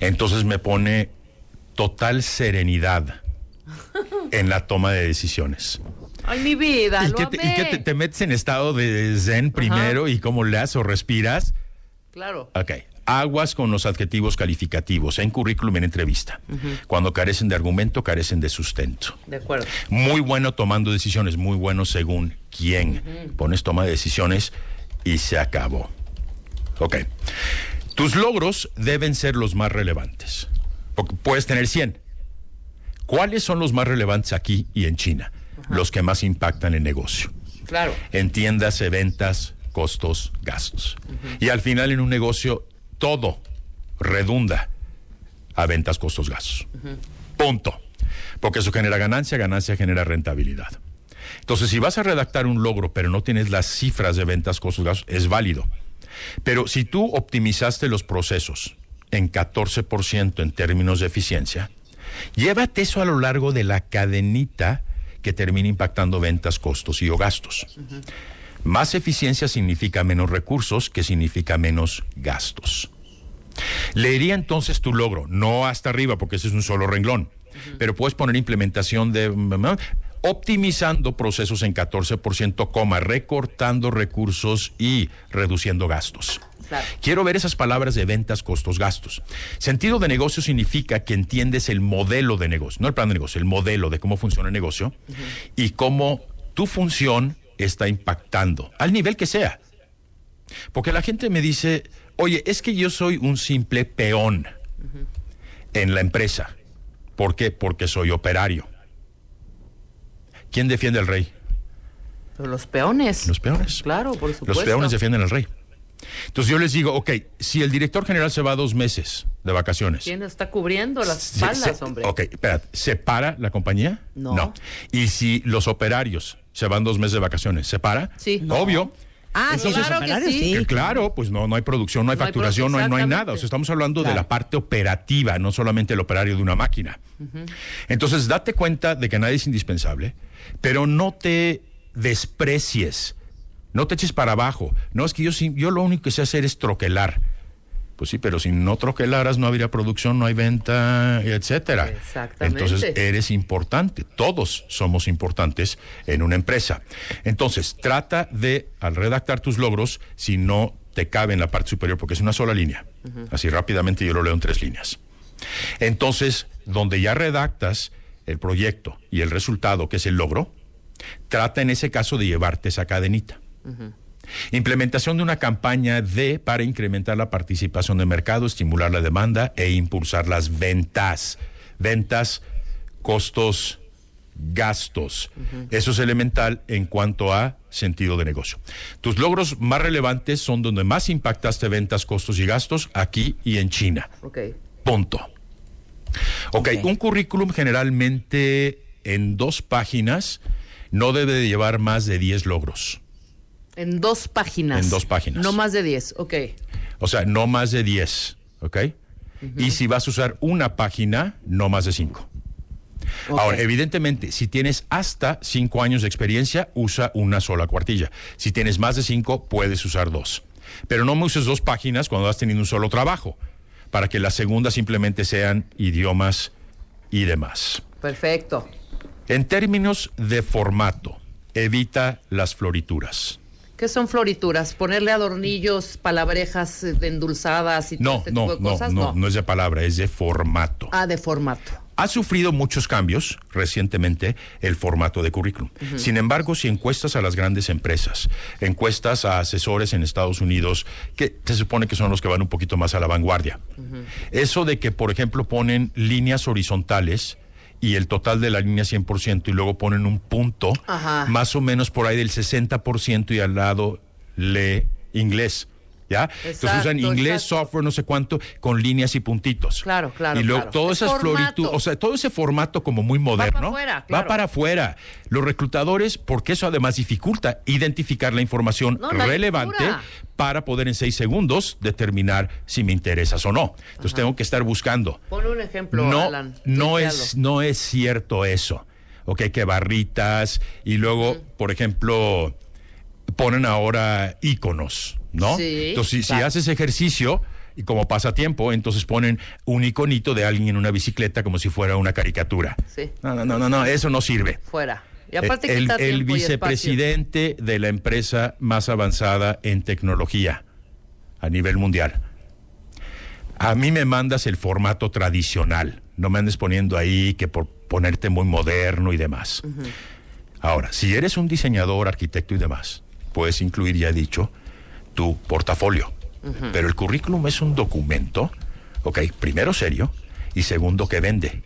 Speaker 2: Entonces me pone total serenidad en la toma de decisiones.
Speaker 3: Ay, mi vida,
Speaker 2: ¿Y
Speaker 3: lo
Speaker 2: qué te, y
Speaker 3: amé.
Speaker 2: qué te- te metes en estado de zen primero y cómo le haces o respiras?
Speaker 3: Claro.
Speaker 2: Ok. Aguas con los adjetivos calificativos en currículum, en entrevista. Cuando carecen de argumento, carecen de sustento.
Speaker 3: De acuerdo.
Speaker 2: Muy bueno tomando decisiones, muy bueno según quién. Pones toma de decisiones y se acabó. Ok. Tus logros deben ser los más relevantes. Porque puedes tener 100. ¿Cuáles son los más relevantes aquí y en China? Los que más impactan el negocio
Speaker 3: Claro.
Speaker 2: en tiendas, ventas, costos, gastos. Y al final en un negocio todo redunda a ventas, costos, gastos. Punto. Porque eso genera ganancia, ganancia genera rentabilidad. Entonces, si vas a redactar un logro, pero no tienes las cifras de ventas, costos, gastos, es válido. Pero si tú optimizaste los procesos en 14% en términos de eficiencia, llévate eso a lo largo de la cadenita que termina impactando ventas, costos y o gastos. Más eficiencia significa menos recursos, que significa menos gastos. Leería entonces tu logro, no hasta arriba, porque ese es un solo renglón, pero puedes poner implementación de... Optimizando procesos en 14%, coma, recortando recursos y reduciendo gastos.
Speaker 3: Claro.
Speaker 2: Quiero ver esas palabras de ventas, costos, gastos. Sentido de negocio significa que entiendes el modelo de negocio, no el plan de negocio, el modelo de cómo funciona el negocio y cómo tu función está impactando, al nivel que sea. Porque la gente me dice, oye, es que yo soy un simple peón en la empresa. ¿Por qué? Porque soy operario. ¿Quién defiende al rey?
Speaker 3: Pero los peones.
Speaker 2: Los peones.
Speaker 3: Claro, por supuesto.
Speaker 2: Los peones defienden al rey. Entonces yo les digo, ok, si el director general se va dos meses de vacaciones.
Speaker 3: ¿Quién está cubriendo las
Speaker 2: se-
Speaker 3: espaldas,
Speaker 2: se-
Speaker 3: hombre?
Speaker 2: Ok, espérate, ¿se para la compañía?
Speaker 3: No.
Speaker 2: ¿Y si los operarios se van dos meses de vacaciones, se para?
Speaker 3: Sí. No.
Speaker 2: Obvio.
Speaker 1: Ah, sí,
Speaker 3: Claro
Speaker 1: sus
Speaker 3: que
Speaker 1: operarios,
Speaker 3: sí.
Speaker 1: sí.
Speaker 2: Que claro, pues no, no hay producción, no hay
Speaker 3: No hay
Speaker 2: facturación, no hay,
Speaker 3: producción,
Speaker 2: no hay
Speaker 3: exactamente.
Speaker 2: nada. O sea, estamos hablando de
Speaker 1: Claro.
Speaker 2: la parte operativa, no solamente el operario de una máquina. Entonces, date cuenta de que nadie es indispensable, pero no te desprecies, no te eches para abajo. No, es que yo, sí- yo lo único que sé hacer es troquelar. Pues sí, pero si no troquelaras no habría producción, no hay venta, etcétera.
Speaker 3: Exactamente.
Speaker 2: Entonces eres importante, todos somos importantes en una empresa. Entonces, trata de, al redactar tus logros, si no te cabe en la parte superior, porque es una sola línea. Así rápidamente yo lo leo en tres líneas. Entonces, donde ya redactas el proyecto y el resultado, que es el logro, trata en ese caso de llevarte esa cadenita. Implementación de una campaña de para incrementar la participación de mercado, estimular la demanda e impulsar las ventas. Ventas, costos, gastos. Eso es elemental en cuanto a sentido de negocio. Tus logros más relevantes son donde más impactaste ventas, costos y gastos, aquí y en China.
Speaker 3: Ok.
Speaker 2: Punto. ok,
Speaker 1: Ok.
Speaker 2: un currículum generalmente en dos páginas no debe de llevar más de 10 logros.
Speaker 3: En dos páginas.
Speaker 2: En dos páginas.
Speaker 3: No más de diez. Ok.
Speaker 2: O sea, no más de 10, ¿ok? Y si vas a usar una página, no más de 5. Ahora, evidentemente, si tienes hasta 5 años de experiencia, usa una sola cuartilla. Si tienes más de 5, puedes usar dos. Pero no me uses dos páginas cuando has tenido un solo trabajo, para que las segundas simplemente sean idiomas y demás.
Speaker 3: Perfecto.
Speaker 2: En términos de formato, evita las florituras.
Speaker 3: ¿Qué son florituras? ¿Ponerle adornillos, palabrejas eh, endulzadas y todo
Speaker 2: No,
Speaker 3: este tipo
Speaker 2: no,
Speaker 3: de
Speaker 2: no,
Speaker 3: cosas?
Speaker 2: no, no es de palabra, es de formato.
Speaker 3: Ah, de formato.
Speaker 2: Ha sufrido muchos cambios recientemente el formato de currículum. Sin embargo, si encuestas a las grandes empresas, encuestas a asesores en Estados Unidos, que se supone que son los que van un poquito más a la vanguardia, eso de que, por ejemplo, ponen líneas horizontales y el total de la línea 100% y luego ponen un punto,
Speaker 3: Ajá.
Speaker 2: más o menos por ahí del 60% y al lado lee inglés. ¿Ya? Entonces usan
Speaker 3: Exacto,
Speaker 2: inglés,
Speaker 3: exacto.
Speaker 2: software, no sé cuánto, con líneas y puntitos.
Speaker 3: Claro, claro,
Speaker 2: Y luego
Speaker 3: claro.
Speaker 2: todas
Speaker 3: Es
Speaker 2: esas
Speaker 3: formato.
Speaker 2: florituras, o sea, todo ese formato como muy moderno.
Speaker 3: para afuera,
Speaker 2: Va
Speaker 3: claro.
Speaker 2: para afuera. Los reclutadores, porque eso además dificulta identificar la información
Speaker 3: No, la
Speaker 2: relevante
Speaker 3: lectura.
Speaker 2: para poder en seis segundos determinar si me interesas o no. Entonces tengo que estar buscando.
Speaker 3: Pon un ejemplo,
Speaker 2: no,
Speaker 3: Alan.
Speaker 2: no
Speaker 3: Tuitealo.
Speaker 2: es, no es cierto eso. Ok, que barritas y luego, por ejemplo, ponen ahora íconos, ¿no?
Speaker 3: Sí,
Speaker 2: entonces, si- si,
Speaker 3: claro.
Speaker 2: haces ejercicio y como pasatiempo, entonces ponen un iconito de alguien en una bicicleta como si fuera una caricatura.
Speaker 3: Sí.
Speaker 2: No, no, no, no, no, eso no sirve.
Speaker 3: Fuera. Y aparte
Speaker 2: Eh, el,
Speaker 3: quita
Speaker 2: el
Speaker 3: tiempo y espacio.
Speaker 2: vicepresidente de la empresa más avanzada en tecnología a nivel mundial. A mí me mandas el formato tradicional. No me andes poniendo ahí que por ponerte muy moderno y demás. Ahora, si eres un diseñador, arquitecto y demás, puedes incluir, ya he dicho, tu portafolio. Pero el currículum es un documento, ok, primero serio y segundo que vende.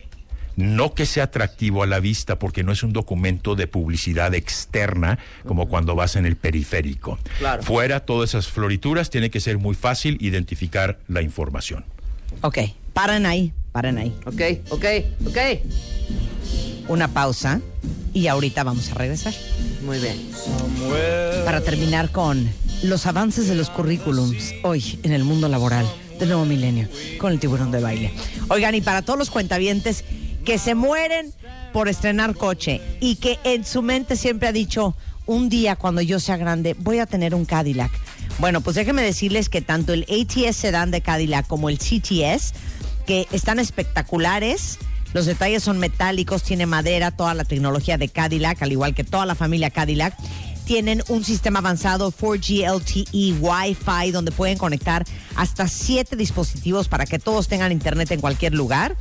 Speaker 2: No que sea atractivo a la vista porque no es un documento de publicidad externa como cuando vas en el periférico.
Speaker 3: Claro.
Speaker 2: Fuera todas esas florituras, tiene que ser muy fácil identificar la información.
Speaker 1: Ok, paran ahí, paran ahí.
Speaker 3: Ok, ok, ok.
Speaker 1: Una pausa y ahorita vamos a regresar
Speaker 3: Muy bien.
Speaker 1: para terminar con los avances de los currículums hoy en el mundo laboral del nuevo milenio con el tiburón de baile. Oigan, y para todos los cuentavientes que se mueren por estrenar coche y que en su mente siempre ha dicho, un día cuando yo sea grande voy a tener un Cadillac. Bueno, pues déjenme decirles que tanto el ATS sedán de Cadillac como el CTS, que están espectaculares, los detalles son metálicos, tiene madera, toda la tecnología de Cadillac, al igual que toda la familia Cadillac. Tienen un sistema avanzado 4G LTE E Wi-Fi donde pueden conectar hasta siete dispositivos para que todos tengan internet en cualquier lugar.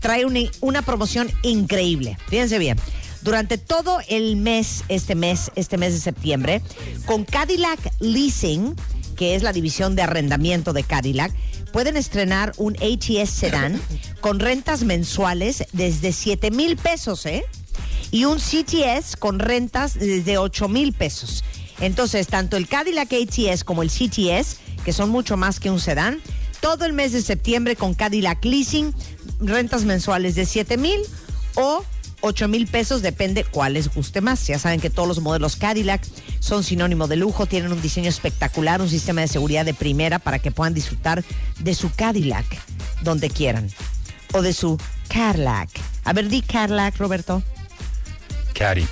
Speaker 1: Trae una, una promoción increíble. Fíjense bien. Durante todo el mes, este mes, este mes de septiembre, con Cadillac Leasing, que es la división de arrendamiento de Cadillac, pueden estrenar un ATS sedán con rentas mensuales desde 7 mil pesos, ¿eh? Y un CTS con rentas desde 8 mil pesos. Entonces, tanto el Cadillac ATS como el CTS, que son mucho más que un sedán, todo el mes de septiembre con Cadillac Leasing, rentas mensuales de 7 mil o 8 mil pesos, depende cuál les guste más. Ya saben que todos los modelos Cadillac son sinónimo de lujo, tienen un diseño espectacular, un sistema de seguridad de primera para que puedan disfrutar de su Cadillac donde quieran. O de su Cadillac. A ver, di Cadillac, Roberto.
Speaker 2: Cari,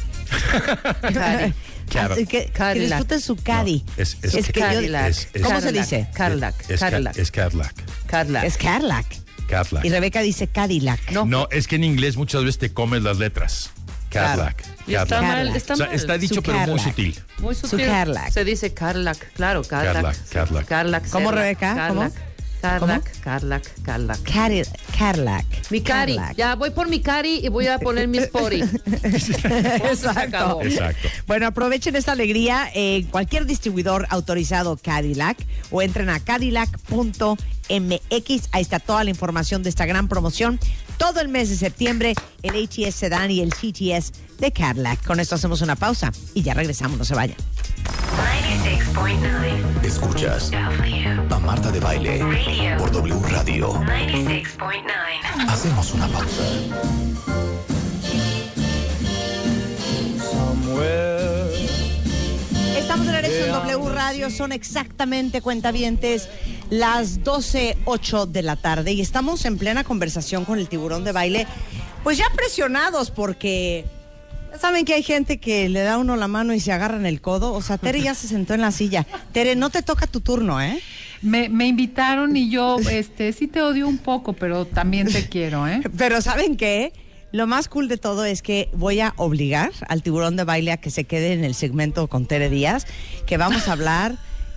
Speaker 3: Cadillac.
Speaker 2: Claro.
Speaker 1: Así Que, que
Speaker 3: Cadillac.
Speaker 1: disfruten su Caddy.
Speaker 2: No, es- es
Speaker 1: que yo-
Speaker 2: Cadillac. Es- es-
Speaker 1: ¿Cómo se
Speaker 3: Cadillac.
Speaker 1: dice?
Speaker 3: Cadillac.
Speaker 2: Es, ca-
Speaker 3: Cadillac.
Speaker 2: es Cadillac.
Speaker 3: Cadillac.
Speaker 1: Es Cadillac.
Speaker 2: Cadillac.
Speaker 1: Y Rebeca dice Cadillac.
Speaker 2: No. es que en inglés muchas veces te comes las letras. Cadillac.
Speaker 3: Y está
Speaker 2: Cadillac.
Speaker 3: mal,
Speaker 1: Cadillac.
Speaker 3: está
Speaker 2: O sea,
Speaker 3: mal.
Speaker 2: está dicho,
Speaker 1: Su
Speaker 2: pero muy
Speaker 1: Cadillac.
Speaker 2: sutil.
Speaker 3: Muy
Speaker 1: Su
Speaker 3: sutil.
Speaker 1: Cadillac.
Speaker 3: Se dice Carlac, claro, Carlac.
Speaker 2: Cadillac, Cadillac.
Speaker 3: Carlac.
Speaker 1: ¿Cómo,
Speaker 3: Cadillac,
Speaker 1: Rebeca?
Speaker 3: Cadillac,
Speaker 1: ¿Cómo?
Speaker 3: Carlac, Carlac, Carlac.
Speaker 1: Cadi- Cadillac.
Speaker 3: Mi cari,
Speaker 1: Cadillac.
Speaker 3: ya voy por mi cari y voy a poner mi spori.
Speaker 1: Exacto.
Speaker 3: acabó.
Speaker 2: Exacto.
Speaker 1: Bueno, aprovechen esta alegría en cualquier distribuidor autorizado Cadillac o entren a cadillac.mx. Ahí está toda la información de esta gran promoción. Todo el mes de septiembre, el HES Sedan y el CTS de Cadillac. Con esto hacemos una pausa y ya regresamos, no se vayan.
Speaker 5: 96.9
Speaker 4: Escuchas
Speaker 5: W
Speaker 4: a Marta de Baile por W Radio.
Speaker 5: 96.9
Speaker 4: Hacemos una pausa.
Speaker 6: somewhere.
Speaker 1: Estamos de regreso en W Radio, son exactamente cuentavientes las 12.08 de la tarde y estamos en plena conversación con el tiburón de baile, pues ya presionados porque ya saben que hay gente que le da uno la mano y se agarra en el codo, o sea, Tere ya se sentó en la silla. Tere, no te toca tu turno, ¿eh?
Speaker 7: Me, me invitaron y yo, este, sí te odio un poco, pero también te quiero, ¿eh?
Speaker 1: Pero ¿saben qué? Lo más cool de todo es que voy a obligar al tiburón de baile a que se quede en el segmento con Tere Díaz, que vamos a hablar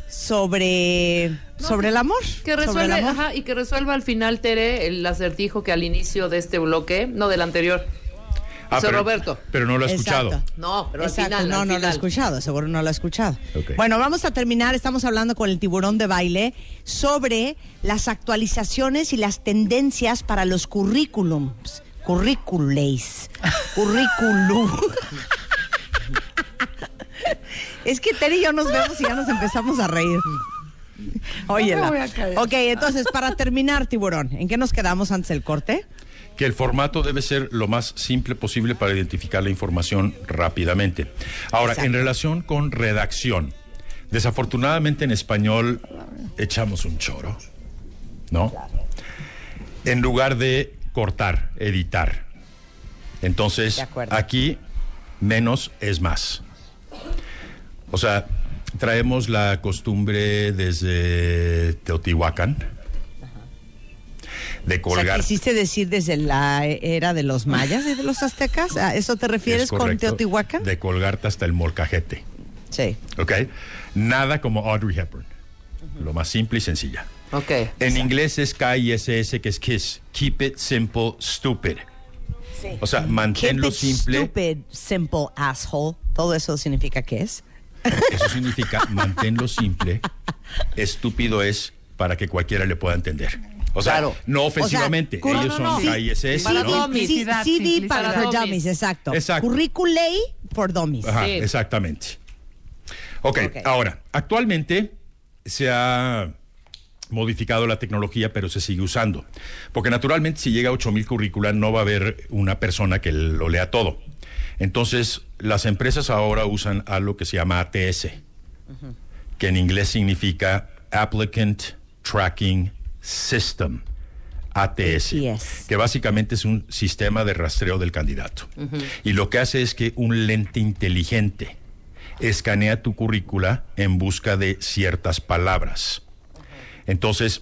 Speaker 1: sobre, sobre el amor. sobre
Speaker 3: Que
Speaker 1: el
Speaker 3: resuelve,
Speaker 1: amor.
Speaker 3: ajá, y que resuelva al final, Tere, el acertijo que al inicio de este bloque, no del anterior, hizo
Speaker 2: Ah, pero,
Speaker 3: Roberto.
Speaker 2: Pero no lo he escuchado.
Speaker 1: Exacto.
Speaker 3: No, pero al
Speaker 1: Exacto,
Speaker 3: final,
Speaker 1: no,
Speaker 3: al
Speaker 1: no lo he
Speaker 3: final.
Speaker 1: escuchado, seguro no lo he escuchado.
Speaker 2: Ok.
Speaker 1: Bueno, vamos a terminar, estamos hablando con el tiburón de baile sobre las actualizaciones y las tendencias para los currículums, currícules, currículum. es que Tere y yo nos vemos y ya nos empezamos a reír. Oye,
Speaker 7: voy a caer.
Speaker 1: ok, entonces para terminar, tiburón, ¿en qué nos quedamos antes del corte?
Speaker 2: que el formato debe ser lo más simple posible para identificar la información rápidamente. Ahora, en relación con redacción, desafortunadamente en español echamos un choro, ¿no? En lugar de cortar, editar.
Speaker 1: De
Speaker 2: Entonces,
Speaker 1: acuerdo.
Speaker 2: aquí menos es más. O sea, traemos la costumbre desde Teotihuacán
Speaker 1: O
Speaker 2: de
Speaker 1: sea,
Speaker 2: colgar
Speaker 1: quisiste decir desde la era de los mayas y de los aztecas. ¿A eso te refieres
Speaker 2: Es
Speaker 1: con
Speaker 2: correcto,
Speaker 1: Teotihuacán?
Speaker 2: De colgarte hasta el molcajete,
Speaker 1: Sí.
Speaker 2: ¿ok? Nada como Audrey Hepburn. Lo más simple y sencilla.
Speaker 3: Ok.
Speaker 2: En inglés es KISS, que es KISS. Keep it simple, stupid. O sea, manténlo
Speaker 1: Keep it
Speaker 2: simple.
Speaker 1: Stupid, simple asshole. Todo eso significa que es.
Speaker 2: Eso significa manténlo simple. Estúpido es para que cualquiera le pueda entender. O sea,
Speaker 3: Claro.
Speaker 2: no ofensivamente.
Speaker 1: O sea, cur-
Speaker 2: Ellos
Speaker 3: no, no,
Speaker 2: son
Speaker 3: no.
Speaker 2: KISS.
Speaker 1: CD,
Speaker 3: Para
Speaker 2: ¿no?
Speaker 1: sí,
Speaker 3: dummies.
Speaker 7: Simplicidad,
Speaker 1: CD para,
Speaker 3: simplicidad.
Speaker 1: dummies, exacto.
Speaker 2: Exacto.
Speaker 1: Curriculey for dummies.
Speaker 2: Ajá,
Speaker 3: Sí.
Speaker 2: exactamente. ok,
Speaker 1: Ok.
Speaker 2: ahora, actualmente se ha modificado la tecnología, pero se sigue usando. Porque naturalmente, si llega a 8000 currícula, no va a haber una persona que lo lea todo. Entonces, las empresas ahora usan algo que se llama ATS, que en inglés significa Applicant Tracking System. ATS,
Speaker 1: ATS.
Speaker 2: que básicamente es un sistema de rastreo del candidato. Y lo que hace es que un lente inteligente escanea tu currícula en busca de ciertas palabras. Entonces,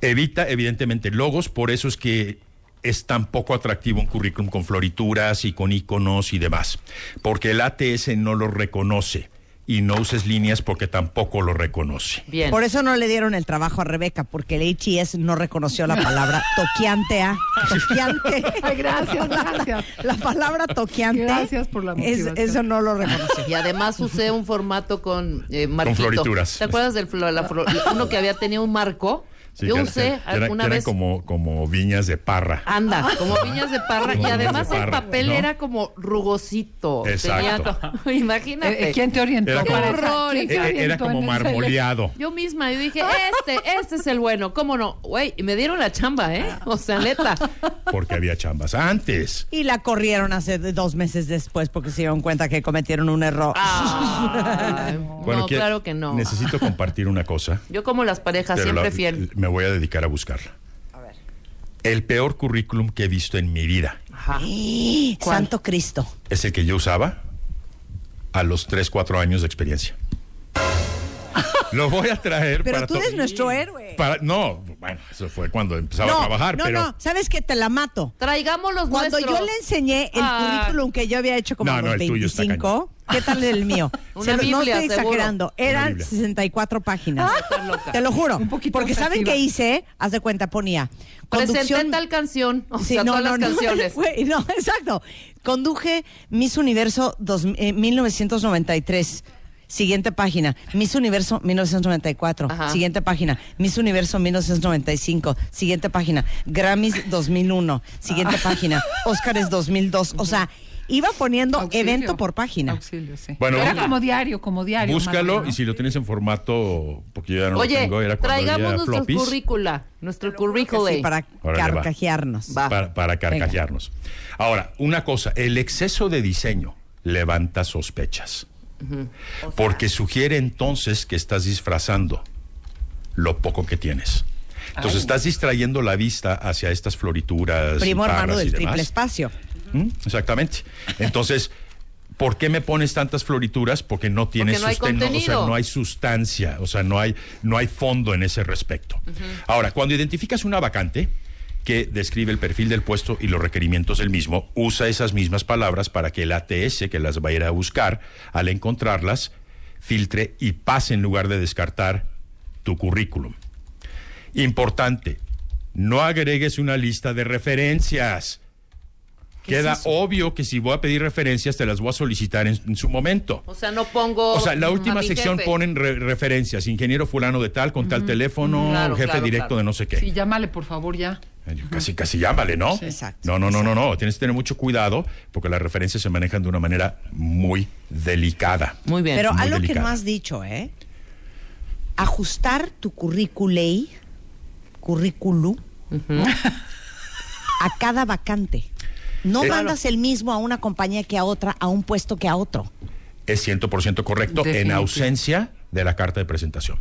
Speaker 2: evita evidentemente logos, por eso es que es tan poco atractivo un currículum con florituras y con iconos y demás, porque el ATS no lo reconoce y no uses líneas porque tampoco lo reconoce.
Speaker 3: Bien.
Speaker 1: Por eso no le dieron el trabajo a Rebeca, porque el HES no reconoció la palabra toqueante a. Toqueante.
Speaker 7: Ay, gracias, gracias.
Speaker 1: La palabra toqueante.
Speaker 7: Gracias por la
Speaker 1: es-
Speaker 7: motivación.
Speaker 1: Eso no lo reconoció.
Speaker 3: Y además usé un formato con eh, marquito.
Speaker 2: florituras.
Speaker 3: ¿Te acuerdas del flo- la flo- la- uno que había tenido un marco?
Speaker 2: Sí,
Speaker 3: Yo
Speaker 2: que-
Speaker 3: usé
Speaker 2: que- que eran-
Speaker 3: alguna
Speaker 2: que eran
Speaker 3: vez.
Speaker 2: como, como viñas de parra.
Speaker 3: Anda,
Speaker 7: Ah.
Speaker 3: como viñas de
Speaker 2: Como
Speaker 3: parra. y
Speaker 2: viñas de
Speaker 3: además el
Speaker 2: parra,
Speaker 3: papel
Speaker 2: ¿no?
Speaker 3: era como rugosito.
Speaker 2: Exacto.
Speaker 3: Tenía- imagínate.
Speaker 7: Eh, ¿Quién te orientó?
Speaker 2: Era como-
Speaker 7: para esa-
Speaker 3: Qué horror.
Speaker 7: ¿quién te
Speaker 2: Era,
Speaker 7: orientó
Speaker 2: Eh, era
Speaker 7: en
Speaker 2: como
Speaker 7: esa-
Speaker 2: marmoleado.
Speaker 3: Yo misma, yo dije, este, este es el bueno. ¿Cómo no? Güey, y me dieron la chamba,
Speaker 1: Ah.
Speaker 3: ¿eh? O sea, neta.
Speaker 2: Porque había chambas antes.
Speaker 1: Y la corrieron hace de- dos meses después porque se dieron cuenta que cometieron un error.
Speaker 3: Ah. Ay, no,
Speaker 2: quiero-
Speaker 3: claro que no.
Speaker 2: Necesito compartir una cosa.
Speaker 3: Yo como las parejas,
Speaker 2: pero
Speaker 3: siempre
Speaker 2: la-
Speaker 3: fiel.
Speaker 2: Me voy a dedicar a buscarla. El peor currículum que he visto en mi vida
Speaker 3: Ajá.
Speaker 1: Santo Cristo.
Speaker 2: es el que yo usaba a los 3, 4 años de experiencia. Lo voy a traer
Speaker 1: Pero
Speaker 2: para
Speaker 1: tú
Speaker 2: to-
Speaker 1: eres nuestro héroe.
Speaker 2: para- no, bueno, eso fue cuando empezaba
Speaker 1: no,
Speaker 2: a trabajar,
Speaker 1: no,
Speaker 2: pero
Speaker 1: no, sabes que te la mato.
Speaker 3: Traigamos los
Speaker 1: Cuando
Speaker 3: nuestros.
Speaker 1: yo le enseñé el
Speaker 3: Ah.
Speaker 1: currículum que yo había hecho como
Speaker 2: No,
Speaker 1: a los
Speaker 2: no, el tuyo está
Speaker 1: 25, ¿qué tal el mío?
Speaker 3: Una
Speaker 1: Se lo- no estoy
Speaker 3: Biblia, seguro. Ah.
Speaker 1: exagerando,
Speaker 2: Una
Speaker 1: eran
Speaker 2: Biblia.
Speaker 1: 64 páginas.
Speaker 3: Estás loca.
Speaker 1: Te lo juro.
Speaker 7: Un poquito
Speaker 1: porque ¿saben
Speaker 7: obsesiva.
Speaker 1: qué hice? Haz de cuenta, ponía
Speaker 3: Presenté
Speaker 1: conducción
Speaker 3: tal canción. O
Speaker 1: Sí,
Speaker 3: sea, todas las canciones.
Speaker 1: güey, no, exacto. Conduje Miss Universo dos- eh, 1993. Siguiente página. Miss Universo 1994.
Speaker 3: Ajá.
Speaker 1: Siguiente página. Miss Universo 1995. Siguiente página. Grammys 2001.
Speaker 3: Ah.
Speaker 1: Siguiente página. Oscars 2002. O sea, iba poniendo
Speaker 7: Auxilio.
Speaker 1: evento por página.
Speaker 7: Auxilio, sí.
Speaker 2: Bueno,
Speaker 7: Era
Speaker 2: busca-
Speaker 7: como diario, como diario. más o
Speaker 2: búscalo
Speaker 7: menos.
Speaker 2: y si lo tienes en formato, porque yo ya no lo
Speaker 3: Oye,
Speaker 2: tengo, era cuando
Speaker 3: traigamos
Speaker 2: había
Speaker 3: nuestros
Speaker 2: floppies,
Speaker 3: currícula. Nuestro
Speaker 1: Que
Speaker 3: currículum.
Speaker 1: sí, para
Speaker 2: Órale, va.
Speaker 1: carcajearnos.
Speaker 3: Va.
Speaker 2: para, para carcajearnos. Ahora, una cosa, el exceso de diseño levanta sospechas, porque sugiere entonces que estás disfrazando lo poco que tienes. Entonces estás distrayendo la vista hacia estas florituras.
Speaker 1: Primo hermano
Speaker 2: barras y
Speaker 1: del triple
Speaker 2: demás.
Speaker 1: espacio.
Speaker 2: ¿Mm? Exactamente. Entonces, ¿por qué me pones tantas florituras? Porque no tiene
Speaker 3: Porque no hay
Speaker 2: sustento, o sea,
Speaker 3: contenido.
Speaker 2: no hay sustancia, o sea, no hay, no hay fondo en ese respecto. Ahora, cuando identificas una vacante que describe el perfil del puesto y los requerimientos del mismo, usa esas mismas palabras para que el ATS que las va a ir a buscar, al encontrarlas, filtre y pase en lugar de descartar tu currículum. Importante, no agregues una lista de referencias. Queda obvio que si voy a pedir referencias, te las voy a solicitar en, en su momento.
Speaker 3: O sea, no pongo.
Speaker 2: O sea, la
Speaker 3: a
Speaker 2: última
Speaker 3: mi
Speaker 2: sección
Speaker 3: jefe.
Speaker 2: ponen re- referencias, ingeniero fulano de tal, con tal teléfono,
Speaker 3: Claro,
Speaker 2: jefe
Speaker 3: claro,
Speaker 2: directo
Speaker 3: claro.
Speaker 2: de no sé qué.
Speaker 7: Sí, llámale, por favor, ya.
Speaker 2: Ay, Casi, casi llámale, ¿no?
Speaker 1: Sí. Exacto,
Speaker 2: No, no, no, no, no. Tienes que tener mucho cuidado porque las referencias se manejan de una manera muy delicada.
Speaker 3: Muy bien.
Speaker 1: Pero
Speaker 2: Muy
Speaker 1: algo que
Speaker 2: delicada.
Speaker 1: no has dicho, ¿eh? Ajustar tu currículei, currículum, a cada vacante. No
Speaker 2: Eh,
Speaker 1: mandas el mismo a una compañía que a otra, a un puesto que a otro.
Speaker 2: es 100% correcto en
Speaker 7: Definitivo.
Speaker 2: ausencia de la carta de presentación.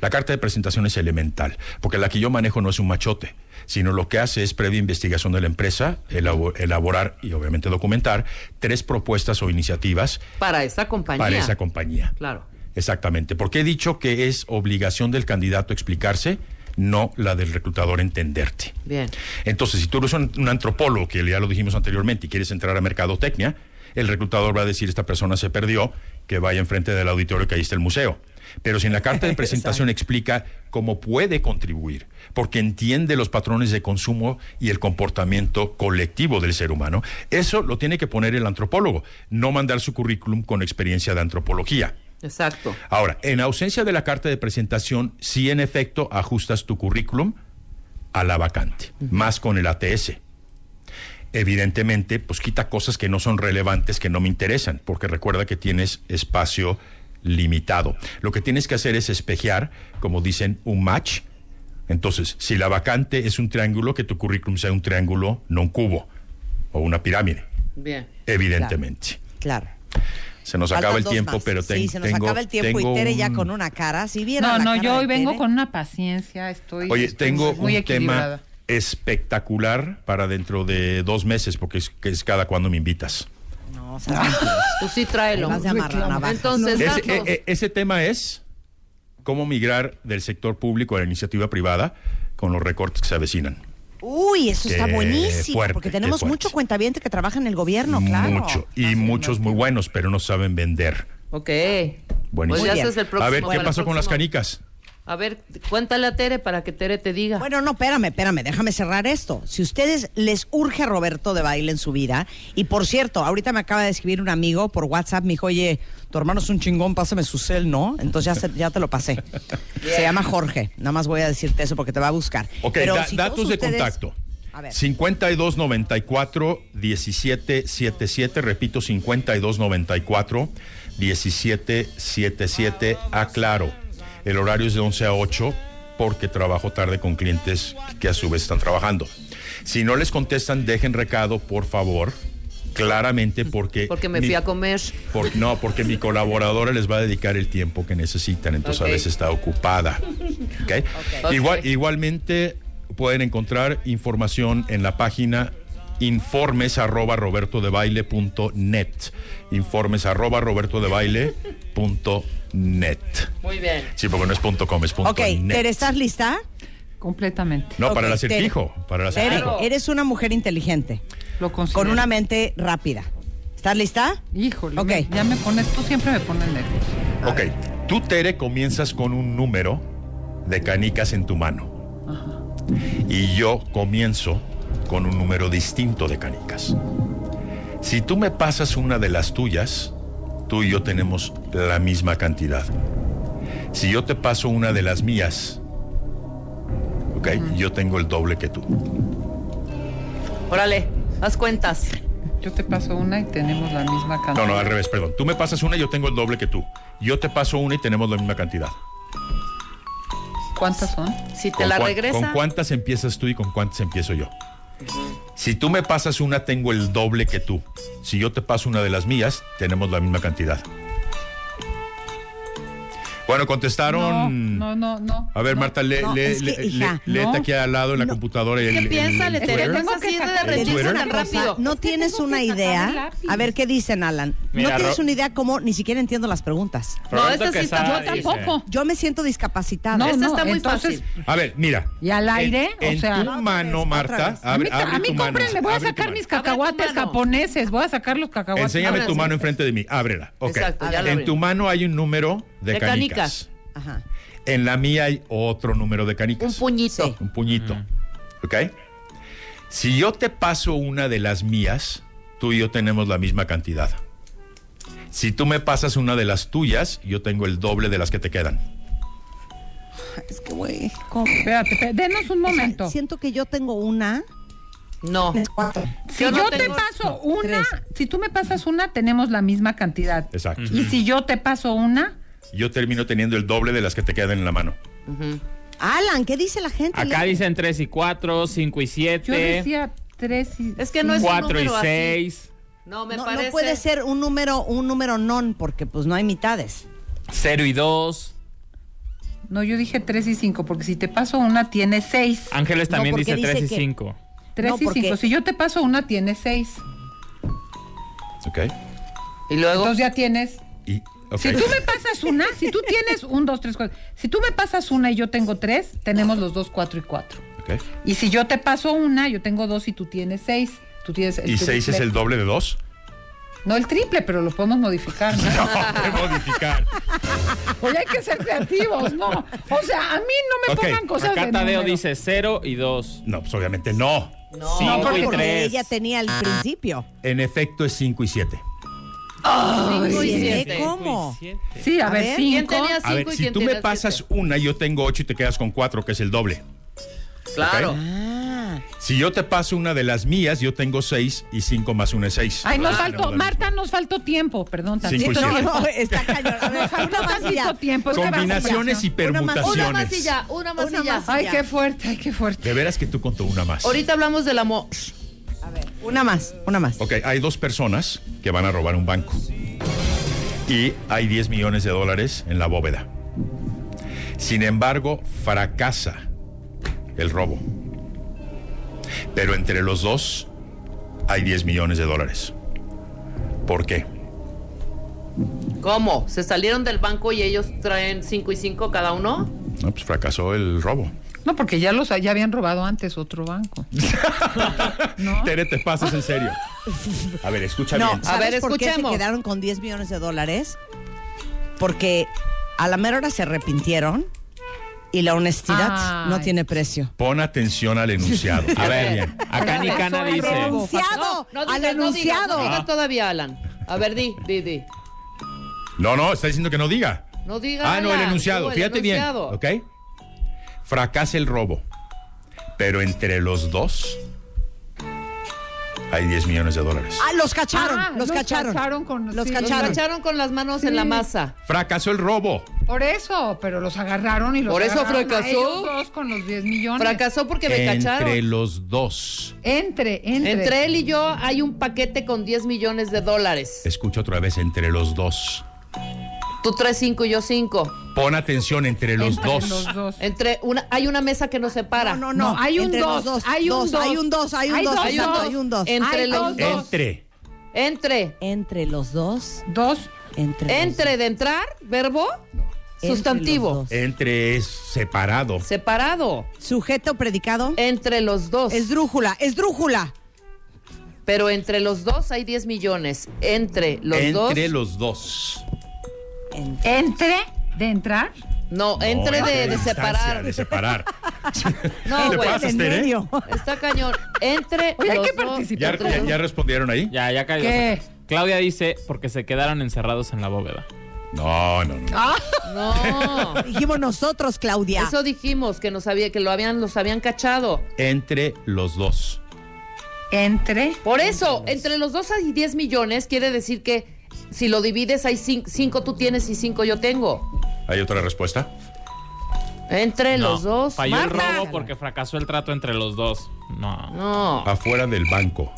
Speaker 2: La carta de presentación es elemental, porque la que yo manejo no es un machote, sino lo que hace es previa investigación de la empresa, elabo- elaborar y obviamente documentar tres propuestas o iniciativas
Speaker 3: Para esa compañía.
Speaker 2: para esa compañía.
Speaker 3: Claro.
Speaker 2: Exactamente, porque he dicho que es obligación del candidato explicarse, no la del reclutador entenderte.
Speaker 3: Bien.
Speaker 2: Entonces, si tú eres un, un antropólogo, que ya lo dijimos anteriormente, y quieres entrar a mercadotecnia, el reclutador va a decir, esta persona se perdió, que vaya enfrente del auditorio que ahí está el museo. Pero si en la carta de presentación explica cómo puede contribuir, porque entiende los patrones de consumo y el comportamiento colectivo del ser humano, eso lo tiene que poner el antropólogo, no mandar su currículum con experiencia de antropología.
Speaker 3: Exacto.
Speaker 2: Ahora, en ausencia de la carta de presentación, sí en efecto ajustas tu currículum a la vacante, más con el ATS. Evidentemente, pues quita cosas que no son relevantes, que no me interesan, porque recuerda que tienes espacio limitado. Lo que tienes que hacer es espejear, como dicen, un match. Entonces, si la vacante es un triángulo, que tu currículum sea un triángulo, no un cubo o una pirámide,
Speaker 3: Bien.
Speaker 2: evidentemente.
Speaker 1: Claro.
Speaker 2: Se nos
Speaker 1: Faltan
Speaker 2: acaba el
Speaker 1: dos
Speaker 2: tiempo,
Speaker 1: más.
Speaker 2: pero ten-
Speaker 1: Sí, se nos
Speaker 2: tengo-
Speaker 1: acaba el tiempo
Speaker 2: tengo
Speaker 1: y Tere ya
Speaker 2: un-
Speaker 1: con una cara. Si viera
Speaker 7: No,
Speaker 1: la
Speaker 7: no,
Speaker 1: cara
Speaker 7: yo
Speaker 1: de
Speaker 7: hoy vengo
Speaker 1: Tere-
Speaker 7: con una paciencia, estoy
Speaker 2: Oye,
Speaker 7: estoy
Speaker 2: tengo
Speaker 7: muy
Speaker 2: un tema
Speaker 7: equilibrada.
Speaker 2: espectacular para dentro de dos meses, porque es, que es cada cuando me invitas.
Speaker 1: No, seas mentiroso.
Speaker 3: Tú sí tráelo.
Speaker 1: Vas a amarrar navajas.
Speaker 3: Entonces,
Speaker 2: Ese,
Speaker 3: danos.
Speaker 2: e- e- ese tema es cómo migrar del sector público a la iniciativa privada con los recortes que se avecinan.
Speaker 1: Uy, eso está
Speaker 2: Qué
Speaker 1: buenísimo.
Speaker 2: fuerte,
Speaker 1: porque
Speaker 2: qué
Speaker 1: tenemos
Speaker 2: fuerte.
Speaker 1: mucho cuentaviente que trabaja en el gobierno, claro.
Speaker 2: Mucho. Y muchos muy buenos, pero no saben vender.
Speaker 3: Ok.
Speaker 2: Buenísimo.
Speaker 3: Pues
Speaker 1: Muy
Speaker 3: ya haces el próximo.
Speaker 2: a ver, ¿qué
Speaker 3: para el
Speaker 2: pasó con las
Speaker 3: próximo.
Speaker 2: canicas?
Speaker 3: A ver, cuéntale a Tere para que Tere te diga.
Speaker 1: Bueno, no, espérame, espérame, déjame cerrar esto. Si ustedes les urge a Roberto de baile en su vida, y por cierto, ahorita me acaba de escribir un amigo por WhatsApp, me dijo, oye, tu hermano es un chingón, pásame su cel, ¿no? Entonces ya, se- ya te lo pasé. Se llama Jorge, nada más voy a decirte eso porque te va a buscar.
Speaker 2: Ok,
Speaker 1: Pero
Speaker 2: da-
Speaker 1: si todos
Speaker 2: datos de
Speaker 1: ustedes-
Speaker 2: contacto.
Speaker 1: A ver.
Speaker 2: 52 94 17 77, repito, 52 94 17 77, aclaro. El horario es de 11 a 8 porque trabajo tarde con clientes que a su vez están trabajando. Si no les contestan, dejen recado, por favor, claramente porque...
Speaker 3: Porque me
Speaker 2: mi-
Speaker 3: fui a comer.
Speaker 2: por- no, porque mi colaboradora les va a dedicar el tiempo que necesitan, entonces
Speaker 3: Ok.
Speaker 2: a veces está ocupada. ¿ok?
Speaker 3: Ok.
Speaker 2: Igual, igualmente pueden encontrar información en la página informes arroba robertodebaile.net. Informes arroba robertodebaile.net.
Speaker 3: Muy bien.
Speaker 2: Sí, porque no es punto com, es punto
Speaker 1: Ok,
Speaker 2: net.
Speaker 1: Tere, ¿estás lista?
Speaker 7: Completamente.
Speaker 2: No, para el
Speaker 1: Ok, Tere.
Speaker 2: acertijo. Para el
Speaker 1: Tere,
Speaker 2: acertijo.
Speaker 1: eres una mujer inteligente,
Speaker 7: Lo considero.
Speaker 1: con una mente rápida. ¿Estás lista?
Speaker 7: Híjole,
Speaker 1: Ok.
Speaker 7: me- ya me pones, tú siempre me pones nervios.
Speaker 2: Ok, tú, Tere, comienzas con un número de canicas en tu mano. Y yo comienzo con un número distinto de canicas. Si tú me pasas una de las tuyas, tú y yo tenemos la misma cantidad. Si yo te paso una de las mías, ok, yo tengo el doble que tú.
Speaker 3: Órale, haz cuentas.
Speaker 7: Yo te paso una y tenemos la misma
Speaker 2: No,
Speaker 7: cantidad.
Speaker 2: no, al revés, perdón. Tú me pasas una y yo tengo el doble que tú. Yo te paso una y tenemos la misma cantidad.
Speaker 7: ¿Cuántas son?
Speaker 3: Si te
Speaker 2: ¿Con
Speaker 3: la
Speaker 2: cuán-
Speaker 3: regresa.
Speaker 2: ¿Con cuántas empiezas tú y con cuántas empiezo yo? Si tú me pasas una, tengo el doble que tú. Si yo te paso una de las mías, tenemos la misma cantidad. Bueno, contestaron.
Speaker 7: No, no, no. no.
Speaker 2: A ver,
Speaker 7: No.
Speaker 2: Marta, lee,
Speaker 1: no,
Speaker 2: lee-
Speaker 1: es que,
Speaker 2: lee-
Speaker 1: hija,
Speaker 2: lee- léete
Speaker 7: no.
Speaker 2: aquí al lado en la computadora. y
Speaker 8: ¿Qué
Speaker 2: el- el-
Speaker 8: piénsale,
Speaker 2: el
Speaker 8: Tere?
Speaker 2: Twitter.
Speaker 8: No
Speaker 7: Tengo
Speaker 8: estás
Speaker 7: que
Speaker 8: así de
Speaker 7: sacar-
Speaker 1: Te
Speaker 8: rechizo
Speaker 1: digo
Speaker 2: Twitter.
Speaker 1: una
Speaker 8: tan
Speaker 1: cosa,
Speaker 8: rápido.
Speaker 1: No
Speaker 7: Es que
Speaker 1: tienes
Speaker 7: tengo
Speaker 1: una
Speaker 7: que sacar el
Speaker 1: idea.
Speaker 7: lápiz.
Speaker 1: A ver qué dicen, Alan.
Speaker 9: Mira,
Speaker 1: no tienes
Speaker 9: Ro-
Speaker 1: una idea cómo ni siquiera entiendo las preguntas.
Speaker 8: No,
Speaker 9: Roberto
Speaker 8: esta sí está
Speaker 9: Quesada
Speaker 8: yo
Speaker 9: dice,
Speaker 8: tampoco.
Speaker 1: Yo me siento discapacitada.
Speaker 7: No,
Speaker 8: Esta
Speaker 7: no,
Speaker 8: está muy
Speaker 7: entonces-
Speaker 8: fácil.
Speaker 2: A ver, mira.
Speaker 7: ¿Y al aire?
Speaker 2: En, en
Speaker 7: o sea,
Speaker 2: tu
Speaker 7: a
Speaker 2: mano,
Speaker 1: otra
Speaker 2: Marta.
Speaker 1: vez.
Speaker 2: Abre,
Speaker 7: mí, a
Speaker 2: abre
Speaker 7: mí
Speaker 2: tu mano.
Speaker 7: cómprenme, voy a
Speaker 2: abre tu
Speaker 7: sacar
Speaker 2: mano.
Speaker 7: mis
Speaker 3: mano.
Speaker 7: cacahuates
Speaker 3: Abre tu mano.
Speaker 7: japoneses, voy a sacar los cacahuates.
Speaker 2: Enséñame
Speaker 3: Ahora
Speaker 2: tu
Speaker 3: sí.
Speaker 2: mano enfrente de mí. Ábrela. Ok.
Speaker 3: Exacto, ya la
Speaker 2: en
Speaker 3: abrí.
Speaker 2: tu mano hay un número de,
Speaker 3: De
Speaker 2: canicas.
Speaker 3: canicas.
Speaker 1: Ajá.
Speaker 2: En la mía hay otro número de canicas.
Speaker 3: Un puñito.
Speaker 1: Sí.
Speaker 2: Un puñito. ¿Ok? Si yo te paso una de las mías, tú y yo tenemos la misma cantidad. Si tú me pasas una de las tuyas, yo tengo el doble de las que te quedan.
Speaker 1: Es que, güey, ¿cómo?
Speaker 7: Espérate, espérate, denos un momento.
Speaker 1: O sea, siento que yo tengo una.
Speaker 3: No.
Speaker 1: Cuatro.
Speaker 7: Si
Speaker 3: yo
Speaker 7: yo,
Speaker 3: no
Speaker 7: te
Speaker 3: tengo-
Speaker 7: paso una,
Speaker 1: tres.
Speaker 7: si tú me pasas una, tenemos la misma cantidad.
Speaker 2: Exacto.
Speaker 7: Y si yo te paso una,
Speaker 2: Yo termino teniendo el doble de las que te quedan en la mano.
Speaker 1: Alan, ¿qué dice la gente?
Speaker 9: Acá
Speaker 1: Lee.
Speaker 9: dicen 3 y 4, 5 y
Speaker 7: yo
Speaker 9: 7,
Speaker 7: decía tres y...
Speaker 3: Es que no es un
Speaker 9: 4 y
Speaker 3: número así.
Speaker 9: 6,
Speaker 3: No, me
Speaker 1: No, no
Speaker 3: parece.
Speaker 1: puede ser un número, un número non, porque pues no hay mitades.
Speaker 9: 0 y 2.
Speaker 7: No, yo dije tres y cinco, porque si te paso una, tienes seis.
Speaker 9: Ángeles
Speaker 1: No,
Speaker 9: también
Speaker 1: porque
Speaker 9: dice 3
Speaker 1: dice
Speaker 9: y
Speaker 1: que-
Speaker 9: 5.
Speaker 7: Tres
Speaker 1: no,
Speaker 7: y
Speaker 1: porque-
Speaker 7: cinco. Si yo te paso una, tienes seis.
Speaker 2: ¿Ok?
Speaker 3: Y luego.
Speaker 7: Entonces ya tienes...
Speaker 2: Y, ok.
Speaker 7: Si tú me pasas una, si tú tienes un, dos, tres, cuatro. Si tú me pasas una y yo tengo tres, tenemos los dos, cuatro y cuatro.
Speaker 2: Ok.
Speaker 7: Y si yo te paso una, yo tengo dos y tú tienes seis. Tú tienes el
Speaker 2: ¿Y 6 es
Speaker 7: triple.
Speaker 2: el doble de 2?
Speaker 7: No el triple, pero lo podemos modificar. ¿no?
Speaker 2: No, de modificar.
Speaker 7: Oye, hay que ser creativos, ¿no? O sea, a mí no me
Speaker 2: Ok,
Speaker 7: pongan cosas
Speaker 9: Acá
Speaker 7: de
Speaker 9: Tadeo
Speaker 7: número.
Speaker 9: dice 0 y 2.
Speaker 2: No, pues obviamente no.
Speaker 3: No.
Speaker 9: Sí. Cinco y
Speaker 1: porque
Speaker 9: tres.
Speaker 1: ella tenía al principio.
Speaker 2: En efecto es 5 y 7.
Speaker 3: Cinco y
Speaker 1: Sí,
Speaker 3: siete.
Speaker 1: ¿Cómo?
Speaker 7: Sí, a,
Speaker 1: A
Speaker 7: ver,
Speaker 1: ver,
Speaker 3: ¿Quién
Speaker 7: cinco.
Speaker 3: tenía cinco
Speaker 2: A ver,
Speaker 3: y
Speaker 2: si
Speaker 3: quién
Speaker 2: tú
Speaker 3: tenía
Speaker 2: me
Speaker 3: siete?
Speaker 2: pasas una, yo tengo 8 y te quedas con 4, que es el doble.
Speaker 3: Claro.
Speaker 2: Ok.
Speaker 1: Ah,
Speaker 2: Si yo te paso una de las mías, yo tengo seis y cinco más una es seis.
Speaker 7: Ay, nos
Speaker 2: Ah,
Speaker 7: faltó,
Speaker 2: no, pues no,
Speaker 7: Marta, nos faltó tiempo, perdón, tantito.
Speaker 2: Cinco y
Speaker 1: no,
Speaker 2: siete.
Speaker 1: no, está cañón. A ver,
Speaker 7: Nos faltó
Speaker 1: una más y ya.
Speaker 7: tantito tiempo. es que
Speaker 2: Combinaciones y
Speaker 7: vamos
Speaker 3: Una más
Speaker 2: permutaciones.
Speaker 3: y Ah, ya, una más
Speaker 1: Una
Speaker 3: y ya.
Speaker 1: más.
Speaker 7: ya. Ay, qué fuerte, ay, qué fuerte.
Speaker 2: De veras que tú contó una más.
Speaker 3: Ahorita hablamos del amor.
Speaker 1: A ver, una más, una más.
Speaker 2: Ok, hay dos personas que van a robar un banco. Y hay 10 millones de dólares en la bóveda. Sin embargo, fracasa el robo. Pero entre los dos hay 10 millones de dólares. ¿Por qué?
Speaker 3: ¿Cómo? ¿Se salieron del banco y ellos traen cinco y cinco cada uno?
Speaker 2: No, pues fracasó el robo.
Speaker 7: No, porque ya los ya habían robado antes otro banco.
Speaker 2: Tere, te pasas en serio. A ver, escucha
Speaker 1: No,
Speaker 2: bien.
Speaker 1: ¿sabes
Speaker 3: A ver,
Speaker 1: por qué se
Speaker 3: escuchemos.
Speaker 1: quedaron con 10 millones de dólares? Porque a la mera hora se arrepintieron y la honestidad
Speaker 7: Ay.
Speaker 1: no tiene precio.
Speaker 2: Pon atención al enunciado.
Speaker 9: A
Speaker 2: Fíjate
Speaker 9: ver,
Speaker 2: bien.
Speaker 9: acá Nicana
Speaker 7: Eso es
Speaker 9: dice.
Speaker 7: robo.
Speaker 1: ¡Enunciado!
Speaker 3: No, no
Speaker 1: ¡Al
Speaker 3: digas, no digas,
Speaker 1: enunciado! Ah.
Speaker 3: no digas todavía, Alan. A ver, di, di, di.
Speaker 2: No, no, está diciendo que no diga.
Speaker 3: No digas.
Speaker 2: Ah, no, el enunciado. Fíjate bien. ¿Ok? Fracasa el robo. Pero entre los dos hay 10 millones de dólares.
Speaker 1: Ah, los cacharon,
Speaker 7: Ah,
Speaker 1: los,
Speaker 7: los
Speaker 1: cacharon.
Speaker 7: cacharon con-
Speaker 1: los
Speaker 7: sí, los
Speaker 3: Los
Speaker 1: cacharon.
Speaker 3: cacharon con las manos en la masa.
Speaker 2: Fracasó el robo.
Speaker 7: Por eso, pero los agarraron y los
Speaker 3: Por eso
Speaker 7: agarraron a
Speaker 3: fracasó.
Speaker 7: ellos dos con los 10 millones.
Speaker 3: Fracasó porque me
Speaker 2: Entre
Speaker 3: cacharon.
Speaker 2: los dos.
Speaker 7: Entre, entre.
Speaker 3: Entre él y yo hay un paquete con 10 millones de dólares.
Speaker 2: Escucha otra vez, entre los dos
Speaker 3: Tú traes cinco y yo cinco.
Speaker 2: Pon atención entre los
Speaker 7: Entre
Speaker 2: dos.
Speaker 7: los dos.
Speaker 3: Entre una, hay una mesa que nos separa.
Speaker 7: no, no, hay un
Speaker 1: entre los
Speaker 7: dos, hay un dos.
Speaker 1: Hay un dos, hay un
Speaker 7: Hay
Speaker 1: dos,
Speaker 7: dos,
Speaker 1: exacto,
Speaker 7: dos.
Speaker 1: hay un dos.
Speaker 3: Entre
Speaker 7: Hay
Speaker 3: los
Speaker 7: dos,
Speaker 3: dos.
Speaker 7: dos.
Speaker 2: Entre.
Speaker 3: Entre.
Speaker 1: Entre los dos.
Speaker 7: Dos.
Speaker 1: Entre. los
Speaker 3: Entre de entrar, verbo,
Speaker 1: Entre
Speaker 3: sustantivo.
Speaker 1: los dos.
Speaker 2: Entre es separado.
Speaker 3: Separado.
Speaker 8: Sujeto predicado.
Speaker 3: Entre los dos.
Speaker 8: Esdrújula, esdrújula.
Speaker 3: Pero entre los dos hay 10 millones. Entre los dos.
Speaker 2: entre los dos.
Speaker 7: Entre de entrar.
Speaker 3: No,
Speaker 2: No,
Speaker 3: entre de, de
Speaker 2: distancia,
Speaker 3: separar.
Speaker 2: De separar.
Speaker 3: No,
Speaker 2: ¿Te
Speaker 3: güey.
Speaker 2: pasas,
Speaker 1: Pues, En
Speaker 2: Tere?
Speaker 1: medio.
Speaker 3: Está cañón. Entre
Speaker 7: Oye, hay
Speaker 3: los
Speaker 7: que
Speaker 3: dos.
Speaker 7: participar
Speaker 2: ¿Ya,
Speaker 3: Entre
Speaker 2: ya,
Speaker 3: los
Speaker 2: ya respondieron ahí?
Speaker 9: Ya, ya cayó.
Speaker 7: ¿Qué?
Speaker 9: Claudia dice porque se quedaron encerrados en la bóveda.
Speaker 2: No, no, no.
Speaker 3: dos. No.
Speaker 8: Dijimos nosotros, Claudia.
Speaker 3: Eso dijimos que nos había, que lo habían, los habían cachado.
Speaker 2: Entre los dos.
Speaker 7: Entre.
Speaker 3: Por eso, entre los dos hay 10 millones, quiere decir que si lo divides hay 5 tú tienes y 5 yo tengo.
Speaker 2: ¿Hay otra respuesta?
Speaker 3: Entre
Speaker 9: No,
Speaker 3: los dos.
Speaker 9: Falló el
Speaker 3: Marta.
Speaker 9: robo porque fracasó el trato entre los dos. No.
Speaker 3: No.
Speaker 2: Afuera del banco.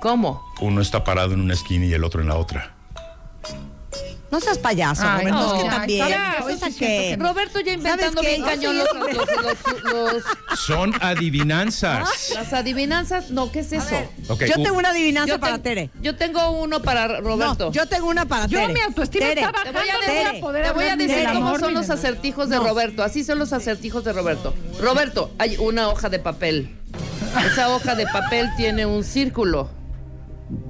Speaker 3: ¿Cómo?
Speaker 2: Uno está parado en una esquina y el otro en la otra.
Speaker 8: No seas payaso,
Speaker 7: Ay,
Speaker 8: Roberto,
Speaker 3: no.
Speaker 8: es que
Speaker 3: Ay,
Speaker 8: también.
Speaker 3: ya, eso
Speaker 8: ¿Esa
Speaker 7: sí
Speaker 8: qué?
Speaker 7: siento
Speaker 3: Roberto ya inventando
Speaker 8: qué?
Speaker 3: bien
Speaker 8: No,
Speaker 3: cañón
Speaker 8: sí,
Speaker 3: los,
Speaker 8: yo-
Speaker 3: los- los- los-
Speaker 2: Son adivinanzas.
Speaker 3: las adivinanzas. No, ¿qué es eso?
Speaker 2: Ok,
Speaker 8: Yo
Speaker 2: u-
Speaker 8: tengo una adivinanza
Speaker 3: ten-
Speaker 8: para Tere.
Speaker 3: yo tengo uno para Roberto.
Speaker 8: No, yo tengo una para
Speaker 7: Yo
Speaker 8: Tere.
Speaker 7: mi autoestima
Speaker 8: Tere,
Speaker 7: está
Speaker 3: te voy a
Speaker 7: bajando.
Speaker 8: Tere,
Speaker 3: decir,
Speaker 7: no voy a poder
Speaker 3: te voy a
Speaker 7: hablar ni del
Speaker 3: decir cómo
Speaker 7: amor
Speaker 3: son
Speaker 7: ni
Speaker 3: los
Speaker 7: de nada.
Speaker 3: acertijos de Roberto. Así son los acertijos de Roberto. Roberto, hay una hoja de papel. Esa hoja de papel tiene un círculo.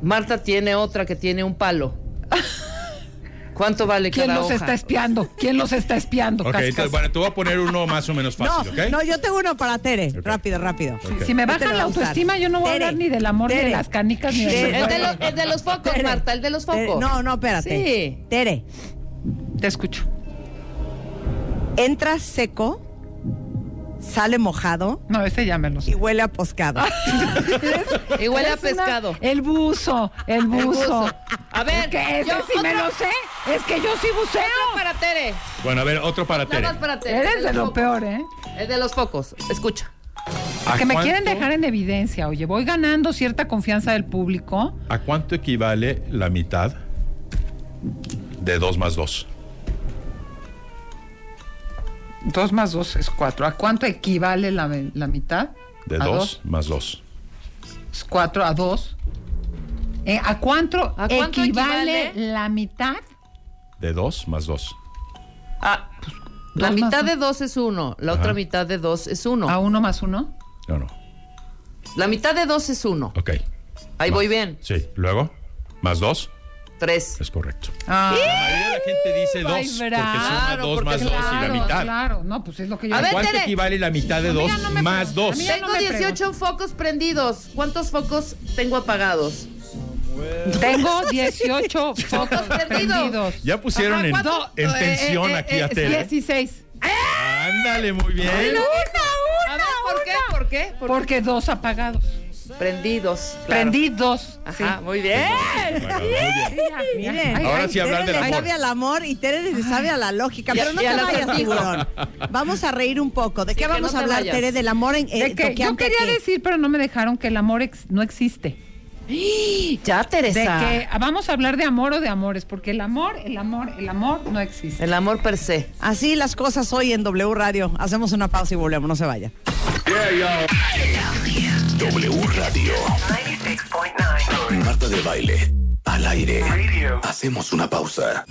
Speaker 3: Marta tiene otra que tiene un palo. ¿Cuánto vale
Speaker 7: ¿Quién
Speaker 3: cada
Speaker 7: los
Speaker 3: hoja?
Speaker 7: está espiando? ¿quién los está espiando?
Speaker 2: Ok,
Speaker 7: Cas,
Speaker 2: entonces,
Speaker 7: cas.
Speaker 2: bueno, te voy a poner uno más o menos
Speaker 8: No,
Speaker 2: fácil, ¿ok?
Speaker 8: no, yo tengo una para Tere.
Speaker 2: Ok.
Speaker 8: Rápido, rápido.
Speaker 2: Ok.
Speaker 7: Si me
Speaker 8: te
Speaker 7: bajan
Speaker 8: lo va
Speaker 7: la
Speaker 8: a usar.
Speaker 7: autoestima, yo no voy a
Speaker 8: Tere,
Speaker 7: hablar ni del amor, ni
Speaker 8: Tere,
Speaker 7: de las canicas, ni
Speaker 8: Tere,
Speaker 7: de
Speaker 3: Eh, El de, lo- el de los focos,
Speaker 8: Tere,
Speaker 3: Marta, el de
Speaker 1: Eh,
Speaker 3: los
Speaker 8: Tere,
Speaker 3: focos.
Speaker 8: no, no, espérate.
Speaker 3: Sí.
Speaker 8: Tere,
Speaker 7: Te escucho.
Speaker 8: entra seco, sale mojado
Speaker 7: No, ese ya me lo sé.
Speaker 8: y huele a pescado.
Speaker 7: Ah,
Speaker 3: Y huele a
Speaker 7: Es una- Eh,
Speaker 3: pescado.
Speaker 7: el buzo, el buzo.
Speaker 3: El buzo. A ver,
Speaker 7: Es que ese
Speaker 3: yo
Speaker 7: sí me
Speaker 3: otro-
Speaker 7: lo sé. Es que yo sí buceo.
Speaker 3: Otro para Tere.
Speaker 2: Bueno, a ver, otro para
Speaker 3: Nada
Speaker 2: Tere.
Speaker 3: más para Tere.
Speaker 7: Eres de lo
Speaker 3: focos.
Speaker 7: peor, ¿eh?
Speaker 3: El de los focos. Escucha.
Speaker 2: ¿A
Speaker 7: Que me quieren
Speaker 2: cuánto-
Speaker 7: dejar en evidencia. Oye, voy ganando cierta confianza del público.
Speaker 2: ¿A cuánto equivale la mitad de 2 más 2?
Speaker 7: Dos más dos es cuatro. ¿A cuánto equivale la, la mitad?
Speaker 2: De
Speaker 7: a
Speaker 2: 2 más 2.
Speaker 7: Es cuatro a dos. Eh, ¿A cuánto,
Speaker 3: ¿A cuánto
Speaker 7: equivale,
Speaker 3: equivale?
Speaker 7: la mitad?
Speaker 2: De 2 más 2.
Speaker 3: La
Speaker 7: Dos más
Speaker 3: mitad
Speaker 7: un-
Speaker 3: de dos es uno. La
Speaker 2: Ajá.
Speaker 3: otra mitad de dos es
Speaker 7: ¿A
Speaker 3: uno.
Speaker 7: uno más uno?
Speaker 2: No, no.
Speaker 3: La mitad de dos es uno.
Speaker 2: Ok.
Speaker 3: Ahí voy bien.
Speaker 2: Sí, luego, más 2
Speaker 3: Tres.
Speaker 2: es correcto.
Speaker 7: Ah, pues,
Speaker 2: La mayoría de la gente dice 2 porque suma
Speaker 3: Claro,
Speaker 2: 2
Speaker 3: porque
Speaker 2: más 2 y la
Speaker 7: claro,
Speaker 2: mitad.
Speaker 7: claro. No, pues es lo que yo...
Speaker 3: A
Speaker 2: ¿A
Speaker 3: ver,
Speaker 2: cuánto
Speaker 3: Tere.
Speaker 2: equivale la mitad de 2
Speaker 7: no me
Speaker 2: más
Speaker 7: preguntes.
Speaker 2: 2?
Speaker 7: A mí ya
Speaker 3: Tengo
Speaker 7: no me
Speaker 3: 18 focos prendidos. ¿Cuántos focos tengo apagados?
Speaker 7: Tengo 18 focos
Speaker 3: Perdidos.
Speaker 7: perdidos.
Speaker 2: Ya pusieron
Speaker 3: Ajá,
Speaker 2: en,
Speaker 3: ¿cuánto?
Speaker 2: en tensión
Speaker 7: eh, eh,
Speaker 2: aquí
Speaker 7: eh,
Speaker 2: a
Speaker 7: es
Speaker 2: Tere.
Speaker 7: 16.
Speaker 2: Ándale, muy bien.
Speaker 3: A ver, ¿por qué? ¿Por qué? Por-
Speaker 7: Porque dos apagados.
Speaker 3: Prendidos. claro.
Speaker 7: Prendidos.
Speaker 3: Ajá, muy bien.
Speaker 2: Bueno, muy bien.
Speaker 8: Miren.
Speaker 7: Ay,
Speaker 2: Ahora
Speaker 7: ay,
Speaker 2: sí hablar del
Speaker 8: Tere le
Speaker 2: amor.
Speaker 8: sabe al amor y Tere le sabe a la lógica.
Speaker 3: Y a-
Speaker 8: Pero no
Speaker 3: y
Speaker 8: te
Speaker 3: a la
Speaker 8: vayas,
Speaker 3: acertijo.
Speaker 8: tiburón. Vamos a reír un poco. ¿De
Speaker 3: Sí,
Speaker 8: qué
Speaker 3: que
Speaker 8: vamos
Speaker 3: no
Speaker 8: a
Speaker 3: te
Speaker 8: hablar,
Speaker 3: vayas.
Speaker 8: Tere? Del amor en, eh,
Speaker 7: De que yo
Speaker 8: toqueante,
Speaker 7: quería
Speaker 8: ¿qué?
Speaker 7: decir, pero no me dejaron que el amor ex- no existe.
Speaker 3: Ya,
Speaker 7: De
Speaker 3: Teresa.
Speaker 7: que ah, vamos a hablar de amor o de amores, porque el amor, el amor, el amor no existe.
Speaker 3: El amor per se.
Speaker 8: Así las cosas hoy en W Radio. Hacemos una pausa y volvemos, no se vaya.
Speaker 4: W Radio.
Speaker 5: 96.9.
Speaker 4: Marta de baile. Al aire. Hacemos una pausa.